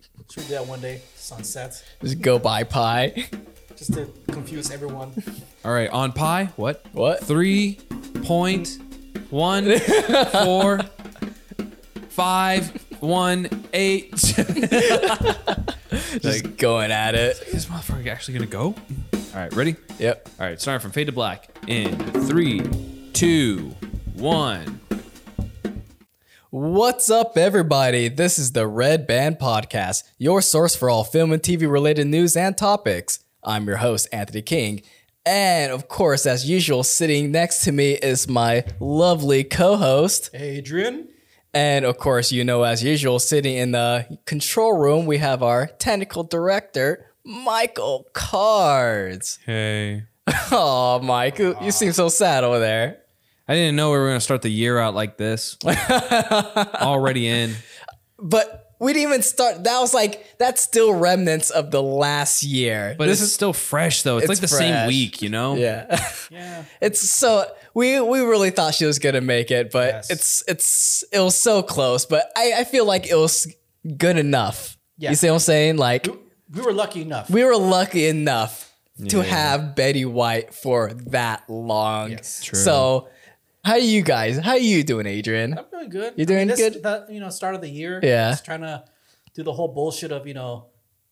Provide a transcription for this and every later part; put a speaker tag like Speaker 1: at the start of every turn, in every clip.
Speaker 1: Should we do that one day? Sunset.
Speaker 2: Just go buy pie.
Speaker 1: Just to confuse everyone.
Speaker 3: All right, on pi, what?
Speaker 2: What?
Speaker 3: Three point one four five one eight.
Speaker 2: Just going at it.
Speaker 3: Is this motherfucker actually gonna go? All right, ready?
Speaker 2: Yep.
Speaker 3: All right, starting from fade to black in three, two, one.
Speaker 2: What's up, everybody? This is the Red Band Podcast, your source for all film and TV related news and topics. I'm your host, Anthony King. And of course, as usual, sitting next to me is my lovely co host.
Speaker 1: Adrian.
Speaker 2: And of course, you know, as usual, sitting in the control room, we have our technical director, Michael Cards.
Speaker 3: Hey.
Speaker 2: Oh, Mike, you- you seem so sad over there.
Speaker 3: I didn't know we were gonna start the year out like this. Already in.
Speaker 2: But we didn't even start. That was like, that's still remnants of the last year.
Speaker 3: But this is still fresh though. It's,
Speaker 2: It's
Speaker 3: like the same
Speaker 2: fresh.
Speaker 3: week, you know?
Speaker 2: yeah.
Speaker 1: Yeah.
Speaker 2: It's so we we really thought she was gonna make it, but
Speaker 1: Yes.
Speaker 2: it's it's it was so close. But I, I feel like it was good enough.
Speaker 1: Yeah.
Speaker 2: You see what I'm saying? Like
Speaker 1: We were lucky enough.
Speaker 2: we were lucky enough to have Betty White for that long.
Speaker 1: Yes.
Speaker 3: True.
Speaker 2: So how you guys? How you doing, Adrian?
Speaker 1: I'm doing good.
Speaker 2: You're doing
Speaker 1: this,
Speaker 2: good?
Speaker 1: The, you know, start of the year.
Speaker 2: Yeah.
Speaker 1: Just trying to do the whole bullshit of, you know,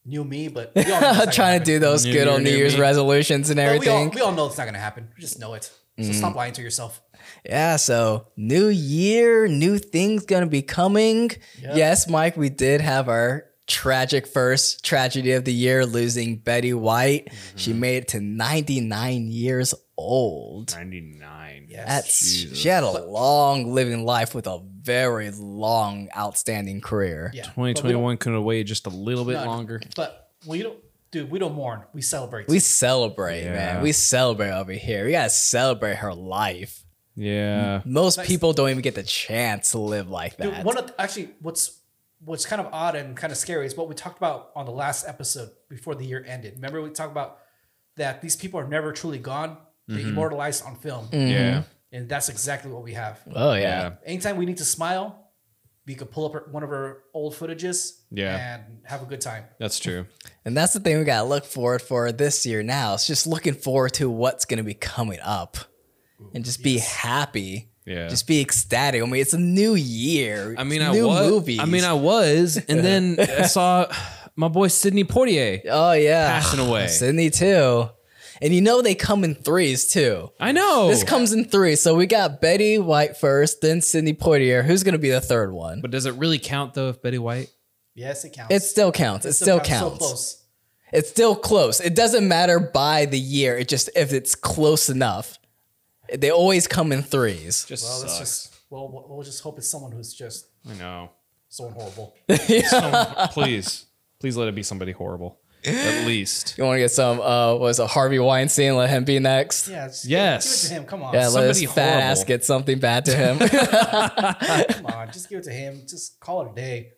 Speaker 1: new me, but we all know it's not gonna
Speaker 2: Trying to
Speaker 1: happen.
Speaker 2: do those
Speaker 3: New
Speaker 2: good
Speaker 3: year,
Speaker 2: old New
Speaker 3: new
Speaker 2: Year's
Speaker 3: me.
Speaker 2: resolutions and
Speaker 1: But We all,
Speaker 2: everything. Mm.
Speaker 1: we all know it's not going to happen. We just know it. So stop lying to yourself.
Speaker 2: Yeah, so new year, new things gonna be coming.
Speaker 1: Yeah.
Speaker 2: Yes, Mike, we did have our tragic first tragedy of the year losing Betty White.
Speaker 1: Mm-hmm.
Speaker 2: She made it to 99 years old.
Speaker 3: 99.
Speaker 1: Yes.
Speaker 2: That's she had a long living life with a very long outstanding career.
Speaker 1: yeah. But we don't-
Speaker 3: 2021 could have waited just a little bit
Speaker 1: No, no.
Speaker 3: longer.
Speaker 1: But we don't, dude, we don't mourn. We celebrate.
Speaker 2: We celebrate,
Speaker 3: Yeah.
Speaker 2: man. We celebrate over here. We gotta celebrate her life.
Speaker 3: Yeah.
Speaker 2: Most
Speaker 1: Nice.
Speaker 2: people don't even get the chance to live like
Speaker 1: Dude,
Speaker 2: that.
Speaker 1: one of actually what's what's kind of odd and kind of scary is what we talked about on the last episode before the year ended. Remember we talked about that these people are never truly gone; they
Speaker 2: Mm-hmm.
Speaker 1: immortalized on film,
Speaker 3: Yeah.
Speaker 1: and that's exactly what we have.
Speaker 2: oh yeah.
Speaker 3: Yeah.
Speaker 1: Anytime we need to smile, we could pull up her- one of our old footages,
Speaker 3: Yeah.
Speaker 1: and have a good time.
Speaker 3: That's true.
Speaker 2: And that's the thing we gotta look forward for this year now. It's just looking forward to what's gonna be coming up. And just be happy.
Speaker 3: Yeah.
Speaker 2: Just be ecstatic. I mean, it's a new year.
Speaker 3: I mean,
Speaker 2: It's
Speaker 3: I
Speaker 2: new
Speaker 3: was.
Speaker 2: movies.
Speaker 3: I mean, I was, and then I saw my boy Sidney Poitier.
Speaker 2: oh yeah,
Speaker 3: Passing away.
Speaker 2: Sydney too. And you know they come in threes too.
Speaker 3: I know.
Speaker 2: This comes in threes. So we got Betty White first, then Sydney Poitier. Who's gonna be the third one?
Speaker 3: but does it really count though? If Betty White?
Speaker 1: Yes, it counts.
Speaker 2: It still counts. It still
Speaker 1: So
Speaker 2: counts.
Speaker 1: close.
Speaker 2: It's still close. It doesn't matter by the year. It just if it's close enough. They always come in threes.
Speaker 3: Just
Speaker 1: Well, that's just well, we'll we'll just hope it's someone who's just
Speaker 3: I know.
Speaker 1: someone horrible.
Speaker 3: Some- please, please let it be somebody horrible. At least
Speaker 2: You want to get some? Uh, was a Harvey Weinstein? Let him be next. Yeah,
Speaker 1: Yeah. just give-
Speaker 3: Yes.
Speaker 1: Give, it to him. Come on.
Speaker 2: let his
Speaker 3: somebody
Speaker 2: fat
Speaker 3: horrible.
Speaker 2: ass get something bad to him.
Speaker 1: Come on. Just give it to him. Just call it a day.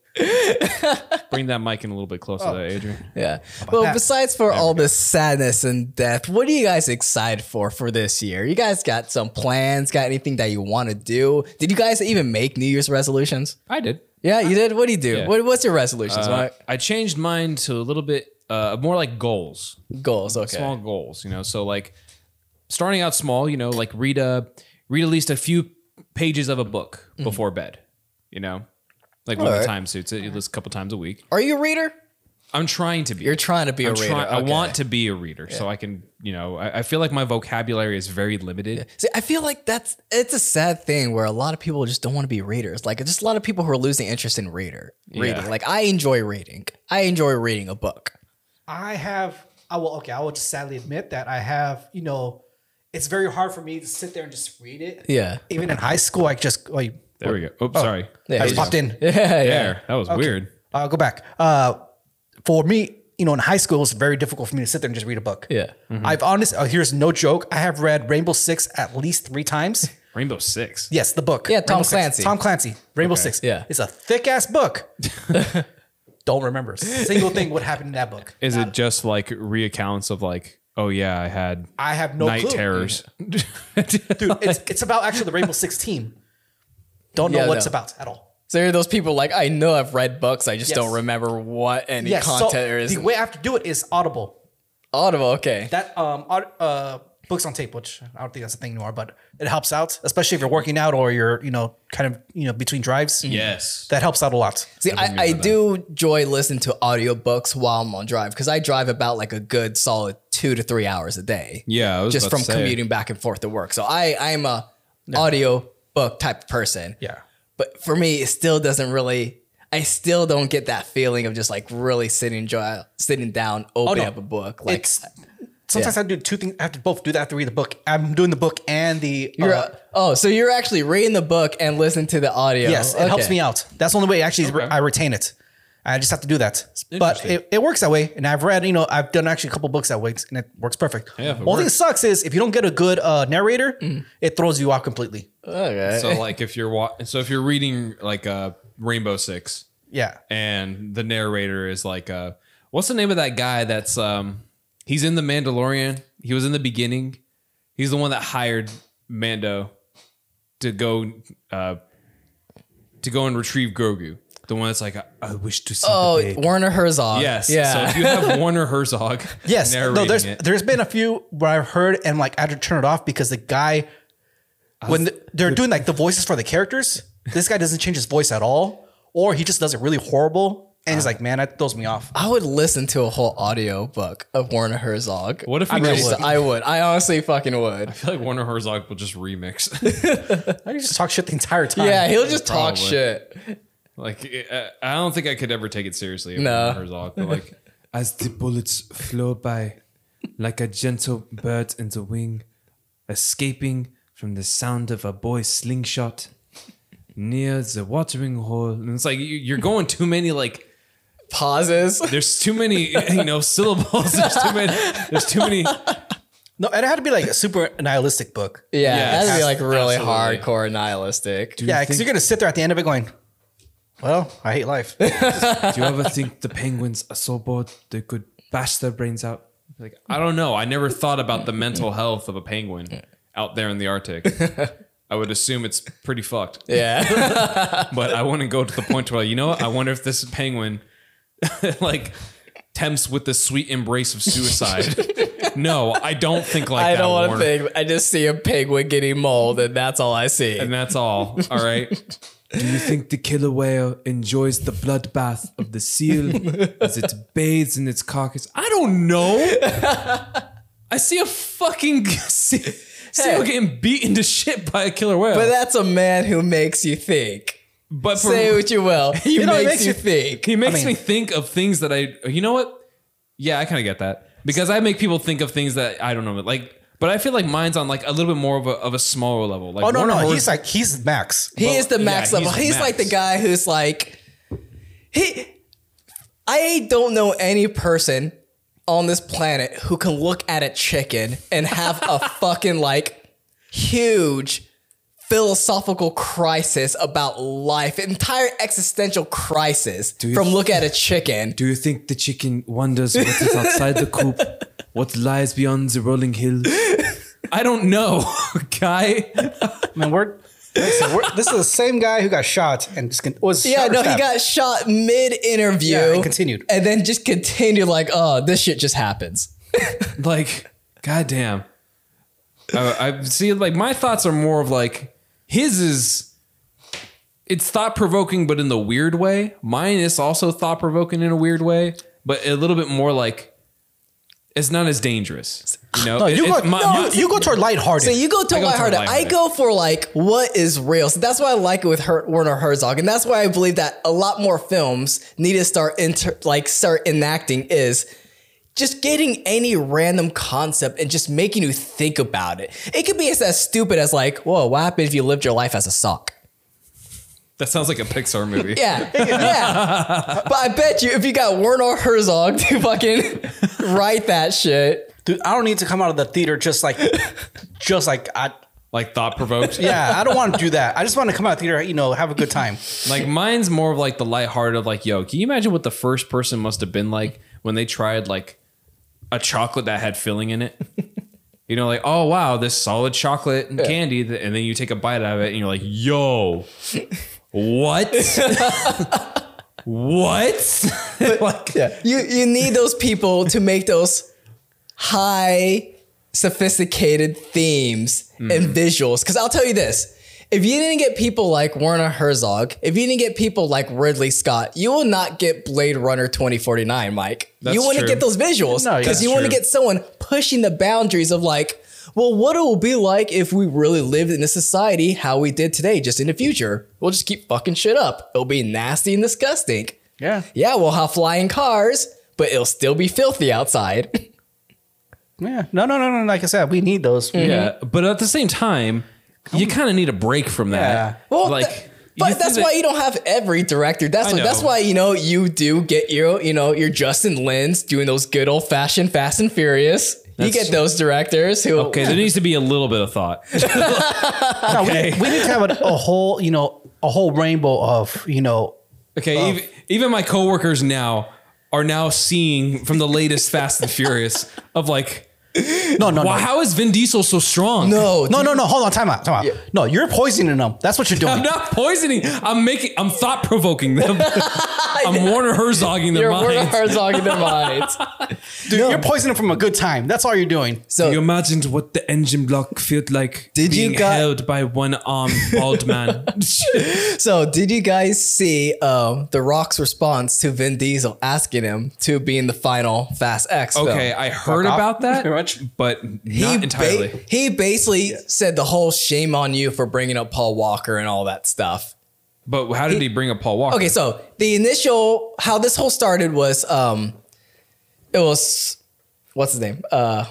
Speaker 3: bring that mic in a little bit closer,
Speaker 2: Oh.
Speaker 3: to Adrian.
Speaker 2: yeah. Well,
Speaker 1: that?
Speaker 2: besides for all this sadness and death, what are you guys excited for for this year? You guys got some plans? Got anything that you want to do? Did you guys even make New Year's resolutions?
Speaker 3: I did.
Speaker 2: Yeah, you did. What do you do?
Speaker 3: Yeah.
Speaker 2: What, what's your resolutions?
Speaker 3: Uh,
Speaker 2: What
Speaker 3: I changed mine to a little bit uh, more like goals.
Speaker 2: goals? Okay.
Speaker 3: small goals you know so like starting out small you know like read a read at least a few pages of a book
Speaker 2: Mm-hmm.
Speaker 3: before bed you know like when the
Speaker 2: Alright.
Speaker 3: time suits it at least a couple times a week
Speaker 2: Are you a reader?
Speaker 3: i'm trying to be
Speaker 2: You're trying to be
Speaker 3: I'm
Speaker 2: a reader.
Speaker 3: trying- i
Speaker 2: Okay.
Speaker 3: want to be a reader so i can you know I, I feel like my vocabulary is very limited
Speaker 2: See, I feel like that's it's a sad thing where a lot of people just don't want to be readers. Like just a lot of people who are losing interest in reader reading.
Speaker 3: Yeah.
Speaker 2: Like I enjoy reading. I enjoy reading a book.
Speaker 1: I have, I will, okay, I will just sadly admit that I have, you know, it's very hard for me to sit there and just read it.
Speaker 2: Yeah.
Speaker 1: Even in high school, I just, like,
Speaker 3: there we go Oops, sorry
Speaker 1: I
Speaker 2: Yeah,
Speaker 1: just
Speaker 2: yeah.
Speaker 1: popped in.
Speaker 2: Yeah, Oh. yeah.
Speaker 3: there that was weird
Speaker 1: Uh, go back. Uh, for me, you know, in high school, it's very difficult for me to sit there and just read a book.
Speaker 2: Yeah. Mm-hmm.
Speaker 1: I've honest. oh, here's no joke. I have read Rainbow Six at least three times.
Speaker 3: rainbow six
Speaker 1: Yes, the book.
Speaker 2: Yeah, Tom
Speaker 1: Rainbow Six.
Speaker 2: Clancy.
Speaker 1: Tom Clancy. Rainbow Six.
Speaker 2: yeah.
Speaker 1: it's a thick ass book. Don't remember a single thing what happened in that book.
Speaker 3: is it just like reaccounts of like oh yeah i had
Speaker 1: I have no
Speaker 3: night
Speaker 1: clue.
Speaker 3: terrors
Speaker 1: Dude, it's, it's about actually the Rainbow Six team. Don't know
Speaker 2: Yeah,
Speaker 1: what it's
Speaker 2: no.
Speaker 1: about at all.
Speaker 2: So you're those people like I know I've read books, I just
Speaker 1: Yes.
Speaker 2: don't remember what any
Speaker 1: Yes.
Speaker 2: content
Speaker 1: so
Speaker 2: there is.
Speaker 1: the way I have to do it is Audible.
Speaker 2: Audible, okay.
Speaker 1: That um aud- uh books on tape, which I don't think that's a thing anymore, but it helps out, especially if you're working out or you're you know kind of you know between drives.
Speaker 3: Yes.
Speaker 1: that helps out a lot.
Speaker 2: See, I, I do enjoy listening to audiobooks while I'm on drive because I drive about like a good solid two to three hours a day.
Speaker 3: Yeah, I was
Speaker 2: Just
Speaker 3: about
Speaker 2: from
Speaker 3: to say.
Speaker 2: commuting back and forth to work. So I, I'm a audio book type of person.
Speaker 1: Yeah.
Speaker 2: But for me, it still doesn't really I still don't get that feeling of just like really sitting dry, sitting down, opening
Speaker 1: no.
Speaker 2: up a book. Like
Speaker 1: it's sometimes I do two things. I have to both do that. I have to read the book. I'm doing the book and the.
Speaker 2: you're,
Speaker 1: uh,
Speaker 2: oh, so you're actually reading the book and listening to the audio.
Speaker 1: yes, it helps me out. That's the only way actually is re-
Speaker 3: Okay.
Speaker 1: I retain it. I just have to do that. But
Speaker 3: Interesting.
Speaker 1: it, it works that way. And I've read, you know, I've done actually a couple books that way and it works perfect.
Speaker 3: Yeah, if it
Speaker 1: only thing that
Speaker 3: works. Mm.
Speaker 1: sucks is if you don't get a good uh, narrator, it throws you out completely.
Speaker 2: Okay.
Speaker 3: So like if you're wa- so if you're reading like uh, Rainbow Six
Speaker 1: Yeah.
Speaker 3: and the narrator is like uh, what's the name of that guy that's um he's in the Mandalorian. He was in the beginning. He's the one that hired Mando to go uh to go and retrieve Grogu. The one that's like I, I wish to see
Speaker 2: oh,
Speaker 3: the baby.
Speaker 2: Warner Herzog.
Speaker 3: Yes. So
Speaker 2: Yeah.
Speaker 3: if you have Warner Herzog
Speaker 1: Yes.
Speaker 3: narrating
Speaker 1: No, there's
Speaker 3: it.
Speaker 1: there's been a few where I've heard and like I had to turn it off because the guy when th- they're doing like the voices for the characters, this guy doesn't change his voice at all, or he just does it really horrible, and
Speaker 3: Ah.
Speaker 1: he's like, man, that throws me off.
Speaker 2: I would listen to a whole audio book of Warner Herzog.
Speaker 3: What if we
Speaker 2: I
Speaker 3: just-
Speaker 2: would. I would. I honestly fucking would.
Speaker 3: I feel like Warner Herzog will just remix.
Speaker 1: I just talk shit the entire time.
Speaker 2: Yeah, he'll just talk
Speaker 3: Probably.
Speaker 2: shit.
Speaker 3: Like I I don't think I could ever take it seriously.
Speaker 2: No.
Speaker 3: No, Herzog, but like as the bullets flow by, like a gentle bird in the wing, escaping from the sound of a boy's slingshot near the watering hole. And it's like you- you're going too many. Like
Speaker 2: Pauses.
Speaker 3: there's too many, you know, syllables. There's too many. There's too many.
Speaker 1: no, and it had to be like a super nihilistic book.
Speaker 2: Yeah,
Speaker 3: Yes.
Speaker 2: that'd be like really
Speaker 3: Absolutely.
Speaker 2: hardcore nihilistic.
Speaker 1: Yeah, because you're gonna sit there at the end of it going, well, I hate life.
Speaker 3: Do you ever think the penguins are so bored they could bash their brains out? Like, I don't know. I never thought about the mental health of a penguin out there in the Arctic. I would assume it's pretty fucked,
Speaker 2: Yeah.
Speaker 3: but I wouldn't go to the point where, you know, what? I wonder if this penguin like tempts with the sweet embrace of suicide. no, I don't think like
Speaker 2: I
Speaker 3: that.
Speaker 2: don't want to
Speaker 3: Warner.
Speaker 2: think. I just see a penguin getting mold, and that's all I see.
Speaker 3: And that's all. All right.
Speaker 4: Do you think the killer whale enjoys the bloodbath of the seal as it bathes in its carcass?
Speaker 3: I don't know. I see a fucking seal, seal
Speaker 2: Hey.
Speaker 3: getting beaten to shit by a killer whale.
Speaker 2: But that's a man who makes you think.
Speaker 3: But for,
Speaker 2: Say what you will, he
Speaker 1: know, it
Speaker 2: makes,
Speaker 1: makes
Speaker 2: you
Speaker 1: you-
Speaker 2: think.
Speaker 3: he makes
Speaker 1: I mean-
Speaker 3: me think of things that I. You know what? Yeah, I kind of get that because I make people think of things that I don't know. Like, but I feel like mine's on like a little bit more of a of a smaller level. Like,
Speaker 1: Oh no,
Speaker 3: Warner
Speaker 1: no,
Speaker 3: Hor-
Speaker 1: he's like he's Max.
Speaker 2: He is the
Speaker 3: yeah,
Speaker 2: max
Speaker 3: he's
Speaker 2: level.
Speaker 3: the
Speaker 2: He's,
Speaker 3: max.
Speaker 2: like the guy who's like, he. I don't know any person on this planet who can look at a chicken and have a fucking like huge philosophical crisis about life, entire existential crisis from look at a chicken.
Speaker 4: Do you think the chicken wonders what is outside the coop, what lies beyond the rolling hills?
Speaker 3: I don't know, guy.
Speaker 1: Man, we're, listen, we're- this is the same guy who got shot and just con- was
Speaker 2: Yeah,
Speaker 1: shot or
Speaker 2: no, he
Speaker 1: stabbed.
Speaker 2: got shot mid interview.
Speaker 1: Yeah, and continued.
Speaker 2: And then just continued, like, oh, this shit just happens.
Speaker 3: like, goddamn. Uh, I, I see. Like, my thoughts are more of like his is. It's thought provoking, but in the weird way. Mine is also thought provoking in a weird way, but a little bit more like. It's not as dangerous, you know.
Speaker 1: No, you
Speaker 3: It-
Speaker 1: go,
Speaker 3: it- my-
Speaker 1: no,
Speaker 3: my-
Speaker 1: you go toward lighthearted.
Speaker 2: So you go to
Speaker 3: I go
Speaker 2: my
Speaker 3: to
Speaker 2: heart.
Speaker 3: lighthearted.
Speaker 2: I go for like what is real. So that's why I like it with Her- Werner Herzog, and that's why I believe that a lot more films need to start inter- like start enacting is just getting any random concept and just making you think about it. It could be as, as stupid as like, whoa, what happened if you lived your life as a sock?
Speaker 3: That sounds like a Pixar movie.
Speaker 2: Yeah, yeah. but I bet you if you got Werner Herzog to fucking write that shit.
Speaker 1: Dude, I don't need to come out of the theater just like, just like I.
Speaker 3: Like thought provoked.
Speaker 1: Yeah, I don't want to do that. I just want to come out of the theater, you know, have a good time.
Speaker 3: Like mine's more of like the lighthearted of like, yo, can you imagine what the first person must have been like when they tried like a chocolate that had filling in it? you know, like, oh wow, this solid chocolate and candy, th- and then you take a bite out of it and you're like, yo, What? what? like,
Speaker 2: Yeah. You you need those people to make those high sophisticated themes
Speaker 3: Mm-hmm.
Speaker 2: and visuals. Cause I'll tell you this. If you didn't get people like Werner Herzog, if you didn't get people like Ridley Scott, you will not get Blade Runner 2049, Mike.
Speaker 3: That's
Speaker 2: you want to
Speaker 3: true.
Speaker 2: get those visuals
Speaker 1: No, yeah.
Speaker 2: because you
Speaker 1: That's
Speaker 2: want to
Speaker 3: true.
Speaker 2: get someone pushing the boundaries of like, well, what it will be like if we really lived in a society how we did today, just in the future. We'll just keep fucking shit up. It'll be nasty and disgusting.
Speaker 1: Yeah.
Speaker 2: Yeah, we'll have flying cars, but it'll still be filthy outside.
Speaker 1: Yeah. No, no, no, no. Like I said, we need those.
Speaker 3: yeah. But at the same time, you kind of need a break from that.
Speaker 1: Yeah.
Speaker 2: Well,
Speaker 3: like,
Speaker 2: th-
Speaker 3: you
Speaker 2: but
Speaker 3: think
Speaker 2: that's
Speaker 3: that-
Speaker 2: why you don't have every director. That's
Speaker 3: I
Speaker 2: why, that's
Speaker 3: know.
Speaker 2: why you know you do get your you know your Justin Lin's doing those good old fashioned Fast and Furious. you
Speaker 3: That's-
Speaker 2: get those directors who
Speaker 3: Okay, there needs to be a little bit of thought.
Speaker 1: No, we, we need to have a, a whole, you know, a whole rainbow of, you know,
Speaker 3: Okay, even, even my coworkers now are now seeing from the latest Fast and Furious of like,
Speaker 1: no, no,
Speaker 3: wow,
Speaker 1: no.
Speaker 3: how is Vin Diesel so strong?
Speaker 2: no
Speaker 1: No, no, no. Hold on. Time out. Time out. No, you're poisoning them. That's what you're doing.
Speaker 3: I'm not poisoning. I'm making. I'm thought provoking them. I'm Warner Herzogging their
Speaker 2: You're Werner
Speaker 3: minds.
Speaker 2: Herzog in their minds.
Speaker 1: Dude, you're poisoning them from a good time. That's all you're doing.
Speaker 2: So
Speaker 4: You imagined what the engine block felt like
Speaker 2: Did you
Speaker 4: being
Speaker 2: got-
Speaker 4: held by
Speaker 3: one armed bald man.
Speaker 2: So, did you guys see um, The Rock's response to Vin Diesel asking him to be in the final Fast X? film?
Speaker 3: Okay, I heard
Speaker 1: off.
Speaker 3: about that,
Speaker 1: Pretty much.
Speaker 3: but not
Speaker 2: ba-
Speaker 3: entirely.
Speaker 2: he basically said the whole shame on you for bringing up Paul Walker and all that stuff.
Speaker 3: but how did he, bring up Paul Walker?
Speaker 2: Okay, so the initial how this whole started was um, it was what's his name? Uh,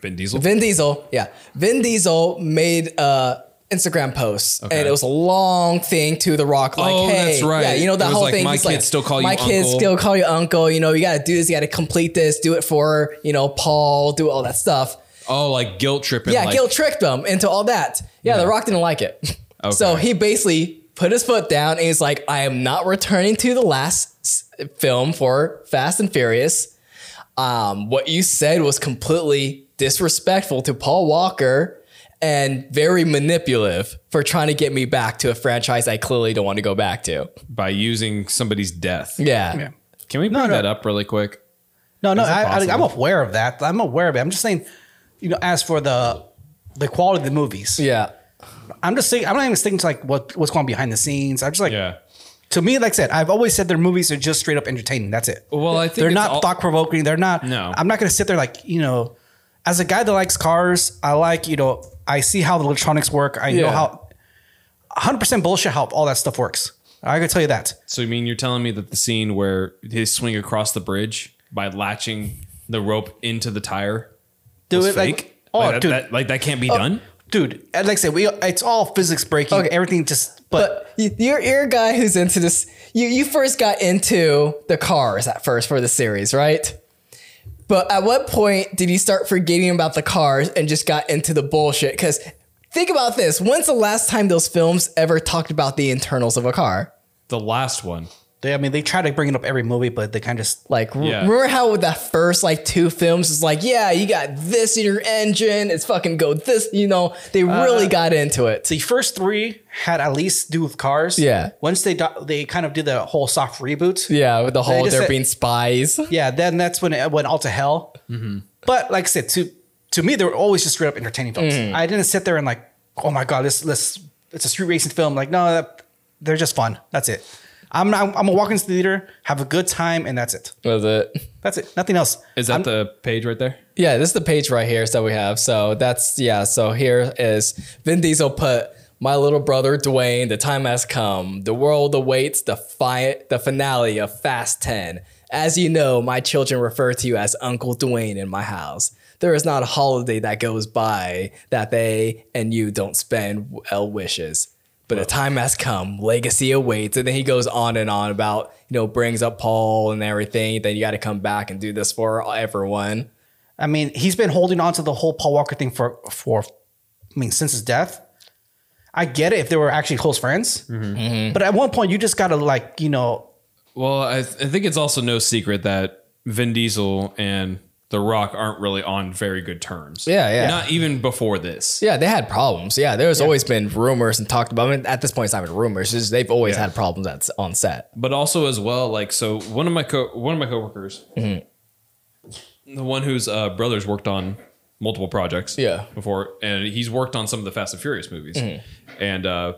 Speaker 3: Vin Diesel.
Speaker 2: Vin Diesel, yeah. Vin Diesel made uh Instagram posts, and it was a long thing to The Rock. Like,
Speaker 3: Oh,
Speaker 2: hey,
Speaker 3: that's right.
Speaker 2: Yeah, you know that
Speaker 3: It was
Speaker 2: whole
Speaker 3: like,
Speaker 2: thing.
Speaker 3: my
Speaker 2: he's
Speaker 3: kids
Speaker 2: like,
Speaker 3: still call you
Speaker 2: my kids
Speaker 3: uncle."
Speaker 2: still call you uncle. You know, you got to do this. You got to complete this. Do it for you know Paul. Do all that stuff.
Speaker 3: Oh, like guilt tripping.
Speaker 2: Yeah,
Speaker 3: like,
Speaker 2: Gil tricked them into all that. Yeah, The Rock didn't like it. So
Speaker 3: Okay.
Speaker 2: he basically put his foot down and he's like, I am not returning to the last s- film for Fast and Furious. Um, what you said was completely disrespectful to Paul Walker and very manipulative for trying to get me back to a franchise I clearly don't want to go back to.
Speaker 3: by using somebody's death.
Speaker 2: Yeah.
Speaker 3: Can we bring
Speaker 1: no.
Speaker 3: that up really quick?
Speaker 1: No, no,
Speaker 3: it
Speaker 1: I, I, I'm
Speaker 3: possible?
Speaker 1: aware of that. I'm aware of it. I'm just saying, you know, as for the the quality of the movies,
Speaker 2: Yeah.
Speaker 1: I'm just saying, I'm not even thinking to like what what's going on behind the scenes. I'm just like,
Speaker 3: Yeah.
Speaker 1: to me, like I said, I've always said their movies are just straight up entertaining. That's it.
Speaker 3: Well, I think
Speaker 1: they're
Speaker 3: it's
Speaker 1: not
Speaker 3: all-
Speaker 1: thought provoking. They're not.
Speaker 3: No.
Speaker 1: I'm not going to sit there like you know, as a guy that likes cars, I like you know, I see how the electronics work. I know
Speaker 2: Yeah.
Speaker 1: how 100 percent bullshit how all that stuff works. I can tell you that.
Speaker 3: So you mean you're telling me that the scene where his swing across the bridge by latching the rope into the tire
Speaker 1: Do
Speaker 3: was
Speaker 1: it
Speaker 3: fake?
Speaker 1: like oh,
Speaker 3: that,
Speaker 1: dude, Oh.
Speaker 3: that- like that can't be done.
Speaker 1: dude. and Like I said, we it's all physics breaking.
Speaker 2: Okay.
Speaker 1: Everything just but
Speaker 2: But you- you're, you're a guy who's into this. You, you first got into the cars at first for the series, right? But at what point did you start forgetting about the cars and just got into the bullshit? Because think about this when's the last time those films ever talked about the internals of a car?
Speaker 3: The last one.
Speaker 1: They, I mean, they try to bring it up every movie, but they kind of just
Speaker 2: Like, r-
Speaker 3: Yeah.
Speaker 2: remember how with the first like two films is like, yeah, you got this in your engine, it's fucking go this, you know? They really got into it.
Speaker 1: the first three had at least do with cars.
Speaker 2: Yeah.
Speaker 1: Once they do, they kind of did the whole soft reboot.
Speaker 2: Yeah, with the whole
Speaker 1: just
Speaker 2: there
Speaker 1: said-
Speaker 2: being spies.
Speaker 1: Yeah, then that's when it went all to hell. But like I said, to to me, they were always just straight up entertaining films. I didn't sit there and like, oh my god, this this it's a street racing film. Like, no, that, they're just fun. That's it. I'm not, I'm gonna walk into the theater, have a good time, and that's it.
Speaker 2: Was it?
Speaker 1: That's it. Nothing else.
Speaker 3: Is that
Speaker 1: I'm-
Speaker 3: the page right there?
Speaker 2: Yeah, this is the page right here that we have. So that's yeah. So here is Vin Diesel put my little brother Dwayne. The time has come. The world awaits the fi- the finale of Fast Ten. As you know, my children refer to you as Uncle Dwayne in my house. There is not a holiday that goes by that they and you don't spend well wishes. But a time has come, legacy awaits. And then he goes on and on about, you know, brings up Paul and everything. Then you got to come back and do this for everyone.
Speaker 1: I mean, he's been holding on to the whole Paul Walker thing for for I mean, since his death. I get it if they were actually close friends. But at one point you just gotta like, you know,
Speaker 3: Well, I, th- I think it's also no secret that Vin Diesel and The Rock aren't really on very good terms.
Speaker 2: Yeah, yeah.
Speaker 3: Not even before this.
Speaker 2: Yeah, they had problems. Yeah, there's always been rumors and talked about. I mean, at this point, it's not even rumors. It's just they've always had problems at, on set.
Speaker 3: but also as well like so one of my co one of my coworkers the one whose uh, brothers worked on multiple projects
Speaker 2: Yeah.
Speaker 3: before and he's worked on some of the fast and furious movies and uh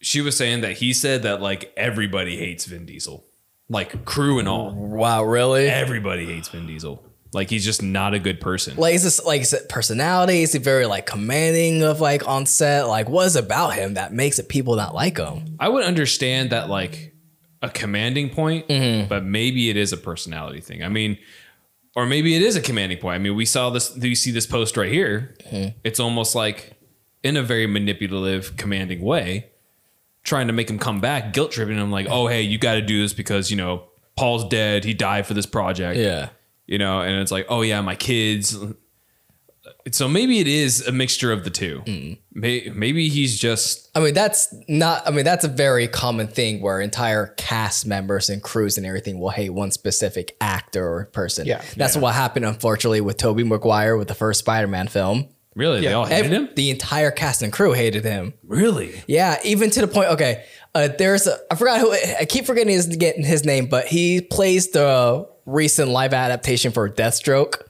Speaker 3: she was saying that he said that like everybody hates vin diesel like crew and all
Speaker 2: Wow, really?
Speaker 3: everybody hates vin diesel like he's just not a good person
Speaker 2: Like, is this like is it personality? Is he very like commanding of like on set? Like, what is it about him that makes it people not like him?
Speaker 3: I would understand that like a commanding point, but maybe it is a personality thing. I mean, or maybe it is a commanding point. I mean, we saw this. Do you see this post right here? It's almost like in a very manipulative, commanding way, trying to make him come back, guilt tripping him like, oh hey, you got to do this because you know Paul's dead. He died for this project.
Speaker 2: Yeah,
Speaker 3: You know, and it's like, oh yeah, my kids. So maybe it is a mixture of the two. May- Maybe he's just
Speaker 2: I mean that's not. I mean that's a very common thing where entire cast members and crews and everything will hate one specific actor or person.
Speaker 1: Yeah.
Speaker 2: that's what happened unfortunately with Tobey Maguire with the first Spider-Man film.
Speaker 3: really they all hated
Speaker 2: Ev-
Speaker 3: him.
Speaker 2: The entire cast and crew hated him.
Speaker 3: Really?
Speaker 2: Yeah, even to the point. Okay, uh, there's a, I forgot who I keep forgetting his getting his name, but he plays the recent live adaptation for Deathstroke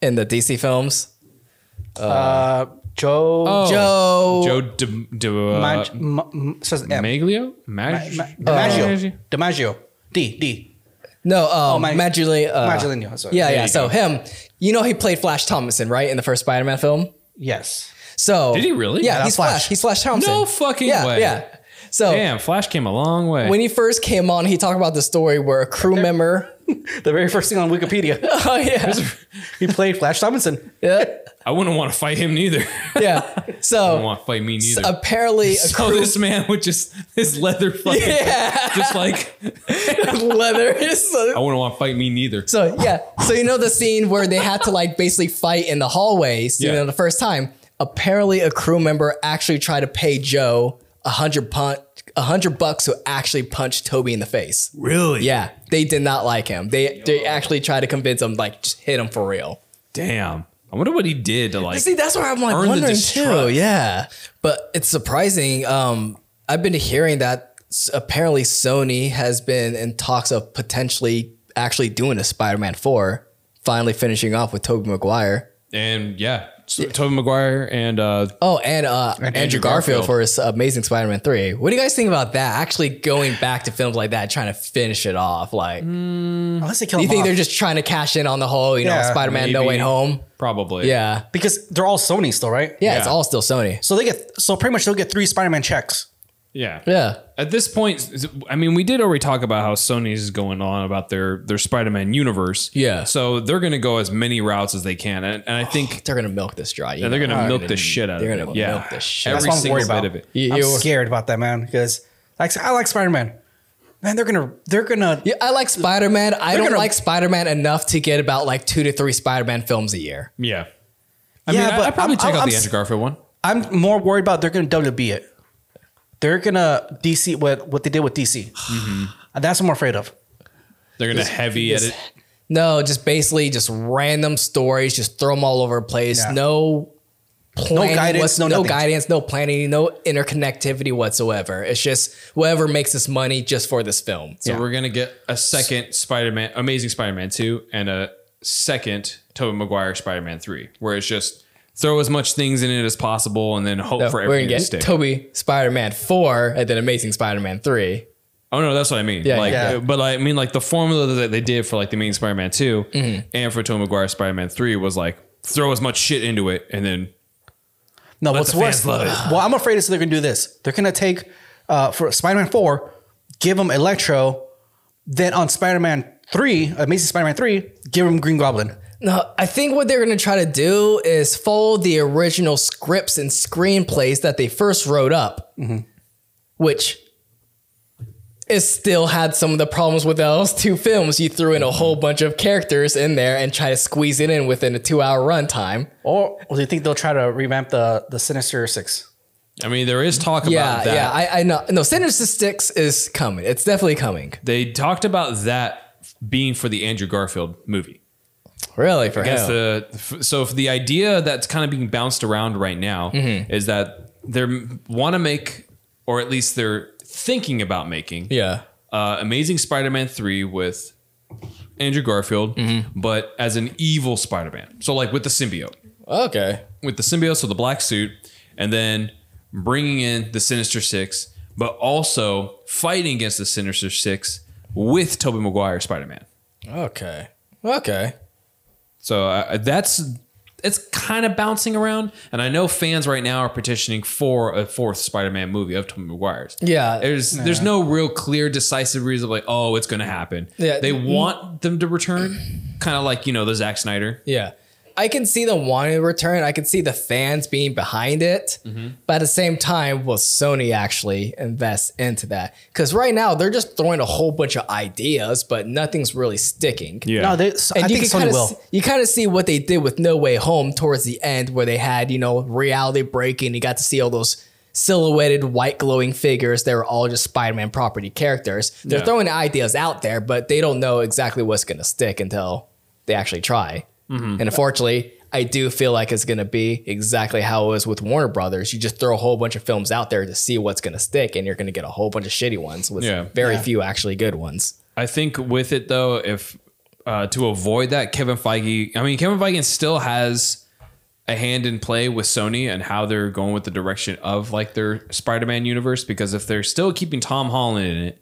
Speaker 2: in the DC films.
Speaker 1: Uh, Joe.
Speaker 2: Joe,
Speaker 3: Joe Di- Di- Oh. uh,
Speaker 1: Mag- M- M- says M.
Speaker 3: Maglio? Mag-
Speaker 1: Ma- DiMaggio. DiMaggio. D. D.
Speaker 2: no, um,
Speaker 1: Mag-
Speaker 2: Magdalene, uh,
Speaker 1: Magdaleno, sorry.
Speaker 2: Yeah,
Speaker 1: There
Speaker 2: yeah.
Speaker 1: you
Speaker 2: So him, you know, he played Flash Thompson, right, in the first Spider-Man film.
Speaker 1: Yes.
Speaker 2: So
Speaker 3: Did he really?
Speaker 2: Yeah, he's
Speaker 3: Yeah,
Speaker 1: that's Flash.
Speaker 2: Flash. He's Flash Thompson.
Speaker 3: No fucking
Speaker 2: yeah,
Speaker 3: way.
Speaker 2: Yeah. So
Speaker 3: Damn, Flash came a long way.
Speaker 2: Oh. when he first came on, he talked about the story where a crew member.
Speaker 1: The very first thing on Wikipedia.
Speaker 2: oh yeah.
Speaker 1: he played Flash Tomlinson.
Speaker 2: yeah.
Speaker 3: I wouldn't want to fight him neither. I
Speaker 2: Yeah.
Speaker 3: don't
Speaker 2: So
Speaker 3: want to fight me neither.
Speaker 2: apparently a
Speaker 3: so this man with just his leather fucking just like
Speaker 2: crew leather is
Speaker 3: I wouldn't want to fight me neither.
Speaker 2: so yeah. So you know the scene where they had to like basically fight in the hallways, you
Speaker 3: Yeah.
Speaker 2: know, the first time. Apparently a crew member actually tried to pay Joe a hundred punch a hundred bucks to actually punch Toby in the face.
Speaker 3: Really?
Speaker 2: Yeah. They did not like him. They they actually tried to convince him like just hit him for real.
Speaker 3: Damn. I wonder what he did to like
Speaker 2: See, that's where I'm like
Speaker 3: Earn the
Speaker 2: wondering too.
Speaker 3: distrust.
Speaker 2: Yeah, but it's surprising. Um, I've been hearing that s- apparently Sony has been in talks of potentially actually doing a Spider-Man four, finally finishing off with Tobey Maguire.
Speaker 3: and yeah. So, Tobey Maguire and uh
Speaker 2: Oh, and, uh, Andrew,
Speaker 3: Andrew
Speaker 2: Garfield,
Speaker 3: Garfield.
Speaker 2: for his Amazing Spider-Man three. What do you guys think about that? Actually, going back to films like that, trying to finish it off. Like,
Speaker 3: Mm.
Speaker 1: Unless they kill
Speaker 2: you
Speaker 1: him
Speaker 2: think
Speaker 1: off.
Speaker 2: they're just trying to cash in on the whole, you know,
Speaker 1: Yeah,
Speaker 2: Spider-Man No
Speaker 3: maybe.
Speaker 2: Way Home?
Speaker 3: probably.
Speaker 2: Yeah.
Speaker 1: because they're all Sony still, right?
Speaker 2: yeah, It's
Speaker 3: Yeah.
Speaker 2: all still Sony.
Speaker 1: So they get so pretty much they'll get three Spider-Man checks.
Speaker 3: Yeah.
Speaker 2: Yeah.
Speaker 3: At this point, is it- I mean, we did already talk about how Sony's is going on about their their Spider-Man universe.
Speaker 2: Yeah.
Speaker 3: So they're going to go as many routes as they can, and, and I think
Speaker 2: They're gonna milk this dry. you
Speaker 3: Yeah, they're
Speaker 2: know.
Speaker 3: gonna milk the shit out
Speaker 2: they're
Speaker 3: of it.
Speaker 2: gonna
Speaker 3: yeah,
Speaker 2: milk the shit
Speaker 3: every
Speaker 1: That's what I'm
Speaker 3: single
Speaker 1: worried
Speaker 3: bit
Speaker 1: about.
Speaker 3: of it.
Speaker 2: You-
Speaker 1: I'm
Speaker 2: you-
Speaker 1: scared about that man because like I like Spider-Man. Man, they're gonna they're gonna
Speaker 2: Yeah, I like Spider Man. I
Speaker 1: They're
Speaker 2: don't
Speaker 1: gonna-
Speaker 2: like Spider Man enough to get about like two to three Spider Man films a year.
Speaker 3: Yeah, I
Speaker 1: Yeah,
Speaker 3: mean, I,
Speaker 1: but
Speaker 3: I'd probably
Speaker 1: I'm-
Speaker 3: check out
Speaker 1: I'm-
Speaker 3: the Andrew Garfield one.
Speaker 1: I'm more worried about they're gonna WB it. They're gonna DC what what they did with DC.
Speaker 3: Mm-hmm.
Speaker 1: And that's what I'm afraid of.
Speaker 3: They're gonna heavy edit.
Speaker 2: No, just basically just random stories, just throw them all over the place.
Speaker 1: Yeah.
Speaker 2: No planning,
Speaker 1: guidance,
Speaker 2: what's-
Speaker 1: no
Speaker 2: no
Speaker 1: nothing.
Speaker 2: guidance, no planning, no interconnectivity whatsoever. It's just whoever makes this money just for this film.
Speaker 3: So
Speaker 1: Yeah.
Speaker 3: we're gonna get a second Spider-Man, Amazing Spider-Man two, and a second Tobey Maguire Spider-Man three, where it's just throw as much things in it as possible, and then hope
Speaker 2: So
Speaker 3: for
Speaker 2: we're gonna
Speaker 3: everything to
Speaker 2: get
Speaker 3: stick.
Speaker 2: Toby Spider Man four and then Amazing Spider Man three.
Speaker 3: Oh no, that's what I mean.
Speaker 2: Yeah,
Speaker 3: like,
Speaker 1: yeah.
Speaker 3: but I mean, like the formula that they did for like the main Spider-Man 2
Speaker 2: Mm-hmm.
Speaker 3: and for Tobey Maguire Spider-Man three was like throw as much shit into it, and then
Speaker 1: No,
Speaker 3: Let
Speaker 1: what's
Speaker 3: the fans
Speaker 1: worse?
Speaker 3: love
Speaker 1: Well, I'm afraid is they're gonna do this. They're gonna take uh, for Spider-Man Four, give him Electro, then on Spider-Man Three, Amazing Spider-Man Three, give him Green Goblin.
Speaker 2: No, I think what they're going to try to do is fold the original scripts and screenplays that they first wrote up, which is still had some of the problems with those two films. You threw in a whole bunch of characters in there and try to squeeze it in within a two-hour runtime.
Speaker 1: Or do you think they'll try to revamp the the Sinister Six?
Speaker 3: I mean, there is talk
Speaker 2: Yeah,
Speaker 3: about that.
Speaker 2: yeah, I, I know. No, Sinister Six is coming. It's definitely coming.
Speaker 3: They talked about that being for the Andrew Garfield movie.
Speaker 2: Really, for
Speaker 3: I guess
Speaker 2: him.
Speaker 3: the f- so if the idea that's kind of being bounced around right now
Speaker 2: Mm-hmm.
Speaker 3: is that they want to make, or at least they're thinking about making,
Speaker 2: yeah.
Speaker 3: uh, Amazing Spider-Man three with Andrew Garfield, but as an evil Spider-Man. So like with the symbiote,
Speaker 2: Okay.
Speaker 3: with the symbiote, so the black suit, and then bringing in the Sinister Six, but also fighting against the Sinister Six with Tobey Maguire Spider-Man.
Speaker 2: Okay. Okay.
Speaker 3: So uh, that's it's kind of bouncing around, and I know fans right now are petitioning for a fourth Spider-Man movie of Tobey Maguire's.
Speaker 2: Yeah.
Speaker 3: there's there's no real clear, decisive reason like, oh, it's going to happen.
Speaker 2: Yeah.
Speaker 3: they want them to return, kind of like you know the Zack Snyder.
Speaker 2: Yeah. I can see them wanting to return. I can see the fans being behind it. But at the same time, will Sony actually invest into that? Because right now they're just throwing a whole bunch of ideas, but nothing's really sticking.
Speaker 3: Yeah.
Speaker 1: No, they, so,
Speaker 2: And
Speaker 1: I
Speaker 2: you
Speaker 1: think
Speaker 2: can
Speaker 1: Sony
Speaker 2: kinda
Speaker 1: will.
Speaker 2: s- you kind of see what they did with No Way Home towards the end, where they had you know reality breaking. You got to see all those silhouetted white glowing figures. They were all just Spider-Man property characters. They're
Speaker 3: Yeah.
Speaker 2: throwing ideas out there, but they don't know exactly what's going to stick until they actually try.
Speaker 1: Mm-hmm.
Speaker 2: And unfortunately, I do feel like it's going to be exactly how it was with Warner Brothers. You just throw a whole bunch of films out there to see what's going to stick, and you're going to get a whole bunch of shitty ones with
Speaker 3: Yeah.
Speaker 2: very few actually good ones.
Speaker 3: I think with it though, if uh, to avoid that, Kevin Feige. I mean, Kevin Feige still has a hand in play with Sony and how they're going with the direction of like their Spider-Man universe. Because if they're still keeping Tom Holland in it,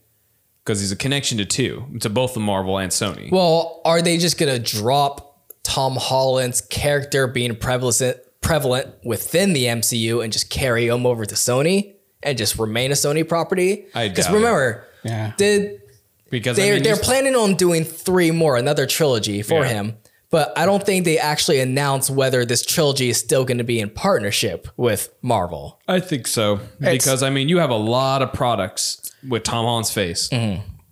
Speaker 3: because he's a connection to two, to both the Marvel and Sony.
Speaker 2: Well, are they just gonna drop Tom Holland's character being prevalent prevalent within the MCU and just carry him over to Sony and just remain a Sony property?
Speaker 3: I
Speaker 2: Because
Speaker 3: doubt
Speaker 2: remember,
Speaker 1: Yeah.
Speaker 2: did
Speaker 3: because I
Speaker 2: they're
Speaker 3: mean,
Speaker 2: they're
Speaker 3: just-
Speaker 2: planning on doing three more, another trilogy for
Speaker 3: Yeah.
Speaker 2: him. But I don't think they actually announced whether this trilogy is still going to be in partnership with Marvel.
Speaker 3: I think so because I mean, you have a lot of products with Tom Holland's face.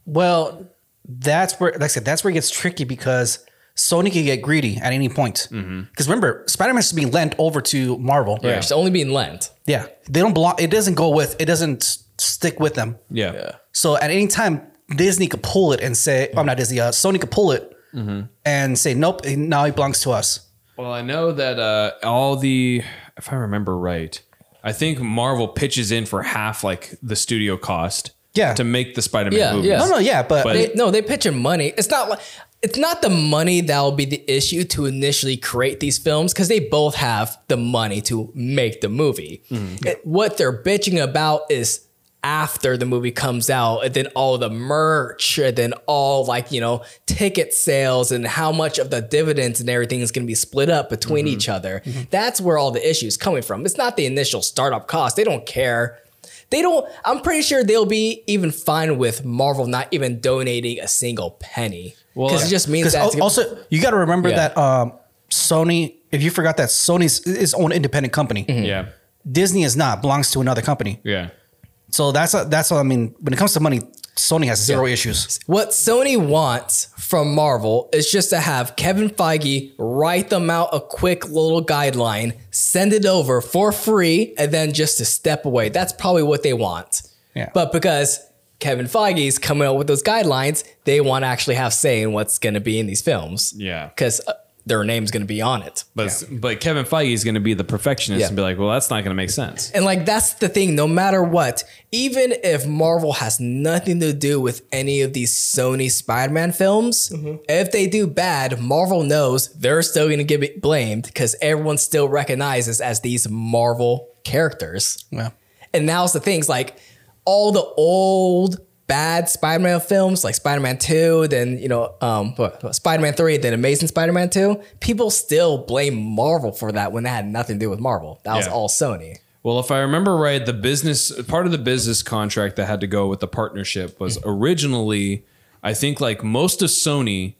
Speaker 1: Well, that's where, like I said, that's where it gets tricky because Sony can get greedy at any point. Because
Speaker 3: Mm-hmm.
Speaker 1: remember, Spider Man's being lent over to Marvel.
Speaker 2: Yeah. It's only being lent.
Speaker 1: Yeah. They don't belong, it doesn't go with, it doesn't stick with them.
Speaker 3: Yeah.
Speaker 1: So at any time, Disney could pull it and say, I'm not Disney, uh, Sony could pull it
Speaker 3: Mm-hmm.
Speaker 1: and say, nope, it- now it belongs to us.
Speaker 3: Well, I know that uh, all the, if I remember right, I think Marvel pitches in for half like the studio cost.
Speaker 1: Yeah.
Speaker 3: To make the Spider-Man
Speaker 2: Yeah,
Speaker 3: movies.
Speaker 2: yeah.
Speaker 1: No, no, yeah, but,
Speaker 3: But-
Speaker 2: They, no, they pitch in money. It's not like it's not the money that will be the issue to initially create these films because they both have the money to make the movie. It- what they're bitching about is after the movie comes out, and then all the merch, and then all like you know ticket sales, and how much of the dividends and everything is going to be split up between each other. That's where all the issues coming from. It's not the initial startup cost. They don't care they don't i'm pretty sure they'll be even fine with marvel not even donating a single penny because it just means
Speaker 1: because
Speaker 2: that it's-
Speaker 1: also, you got to remember
Speaker 2: Yeah.
Speaker 1: that um, Sony, if you forgot that Sony's its own independent company,
Speaker 2: Mm-hmm.
Speaker 3: Yeah.
Speaker 1: Disney is not, belongs to another company.
Speaker 3: Yeah.
Speaker 1: So that's that's what I mean. When it comes to money, Sony has zero issues.
Speaker 2: what sony wants from marvel is just to have kevin feige write them out a quick little guideline send it over for free and then just to step away that's probably what they want
Speaker 1: Yeah.
Speaker 2: but because kevin feige's coming up with those guidelines they want to actually have say in what's going to be in these films
Speaker 3: Yeah.
Speaker 2: because their name's going to be on it
Speaker 3: But but Kevin Feige is going to be the perfectionist
Speaker 2: Yeah.
Speaker 3: and be like, well, that's not going to make sense.
Speaker 2: And like that's the thing, no matter what, even if Marvel has nothing to do with any of these Sony Spider-Man films, if they do bad, Marvel knows they're still gonna get it blamed because everyone still recognizes as these Marvel characters.
Speaker 1: Yeah.
Speaker 2: And now's the things like all the old bad Spider-Man films, like Spider-Man 2, then you know, um what- what, Spider-Man 3, then Amazing Spider-Man 2, people still blame Marvel for that when that had nothing to do with Marvel. That was
Speaker 3: Yeah.
Speaker 2: all Sony.
Speaker 3: Well, if I remember right, the business part of the business contract that had to go with the partnership was
Speaker 2: Mm.
Speaker 3: originally, I think, like most of Sony.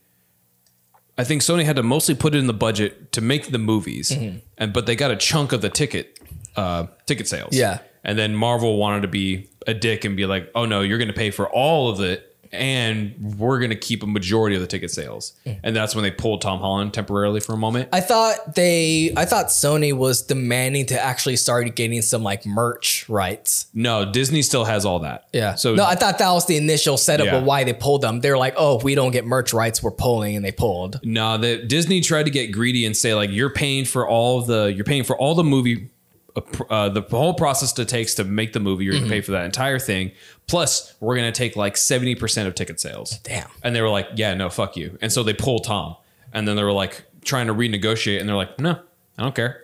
Speaker 3: I think Sony had to mostly put it in the budget to make the movies,
Speaker 2: Mm-hmm.
Speaker 3: and but they got a chunk of the ticket, uh, ticket sales.
Speaker 2: Yeah.
Speaker 3: and then Marvel wanted to be a dick and be like, "Oh no, you're going to pay for all of it." and we're going to keep a majority of the ticket sales.
Speaker 2: Mm.
Speaker 3: And that's when they pulled Tom Holland temporarily for a moment.
Speaker 2: I thought they, I thought Sony was demanding to actually start getting some like merch rights.
Speaker 3: No, Disney still has all that. So
Speaker 2: So no, I thought that was the initial setup
Speaker 3: Yeah.
Speaker 2: of why they pulled them. They were like, oh, if we don't get merch rights, we're pulling, and they pulled.
Speaker 3: No, the Disney tried to get greedy and say like you're paying for all the you're paying for all the movie, uh, pr- uh, the whole process it takes to make the movie. You're gonna pay for that entire thing. Plus, we're gonna take like seventy percent of ticket sales.
Speaker 2: Damn.
Speaker 3: And they were like, yeah, no, fuck you. And so they pull Tom, and then they were like trying to renegotiate, and they're like, no, I don't care.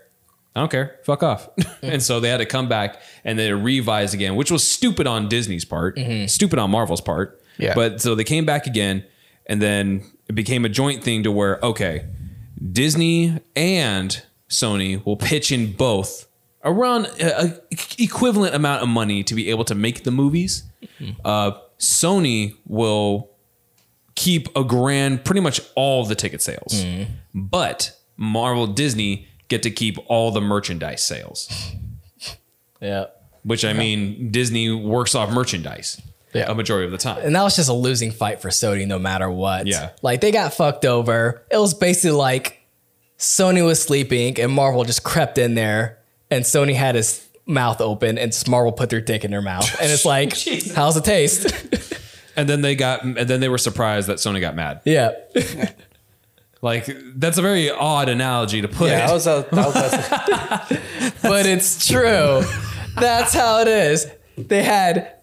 Speaker 3: I don't care. Fuck off. and so they had to come back and they revised again, which was stupid on Disney's part, stupid on Marvel's part.
Speaker 1: Yeah.
Speaker 3: But so they came back again and then it became a joint thing to where, okay, Disney and Sony will pitch in both around an equivalent amount of money to be able to make the movies. Uh, Sony will keep a grand pretty much all the ticket sales. But Marvel Disney get to keep all the merchandise sales,
Speaker 2: Yeah.
Speaker 3: which I mean Disney works off merchandise
Speaker 2: Yeah.
Speaker 3: a majority of the time.
Speaker 2: And that was just a losing fight for Sony no matter what.
Speaker 3: Yeah.
Speaker 2: Like they got fucked over. It was basically like Sony was sleeping and Marvel just crept in there and Sony had his mouth open and just Marvel put their dick in their mouth. And it's like, how's it taste?
Speaker 3: And then they got and then they were surprised that Sony got mad.
Speaker 2: yeah.
Speaker 3: Like that's a very odd analogy to put
Speaker 1: Yeah,
Speaker 3: it.
Speaker 1: that was a, that was that's-
Speaker 2: But it's true. That's how it is. They had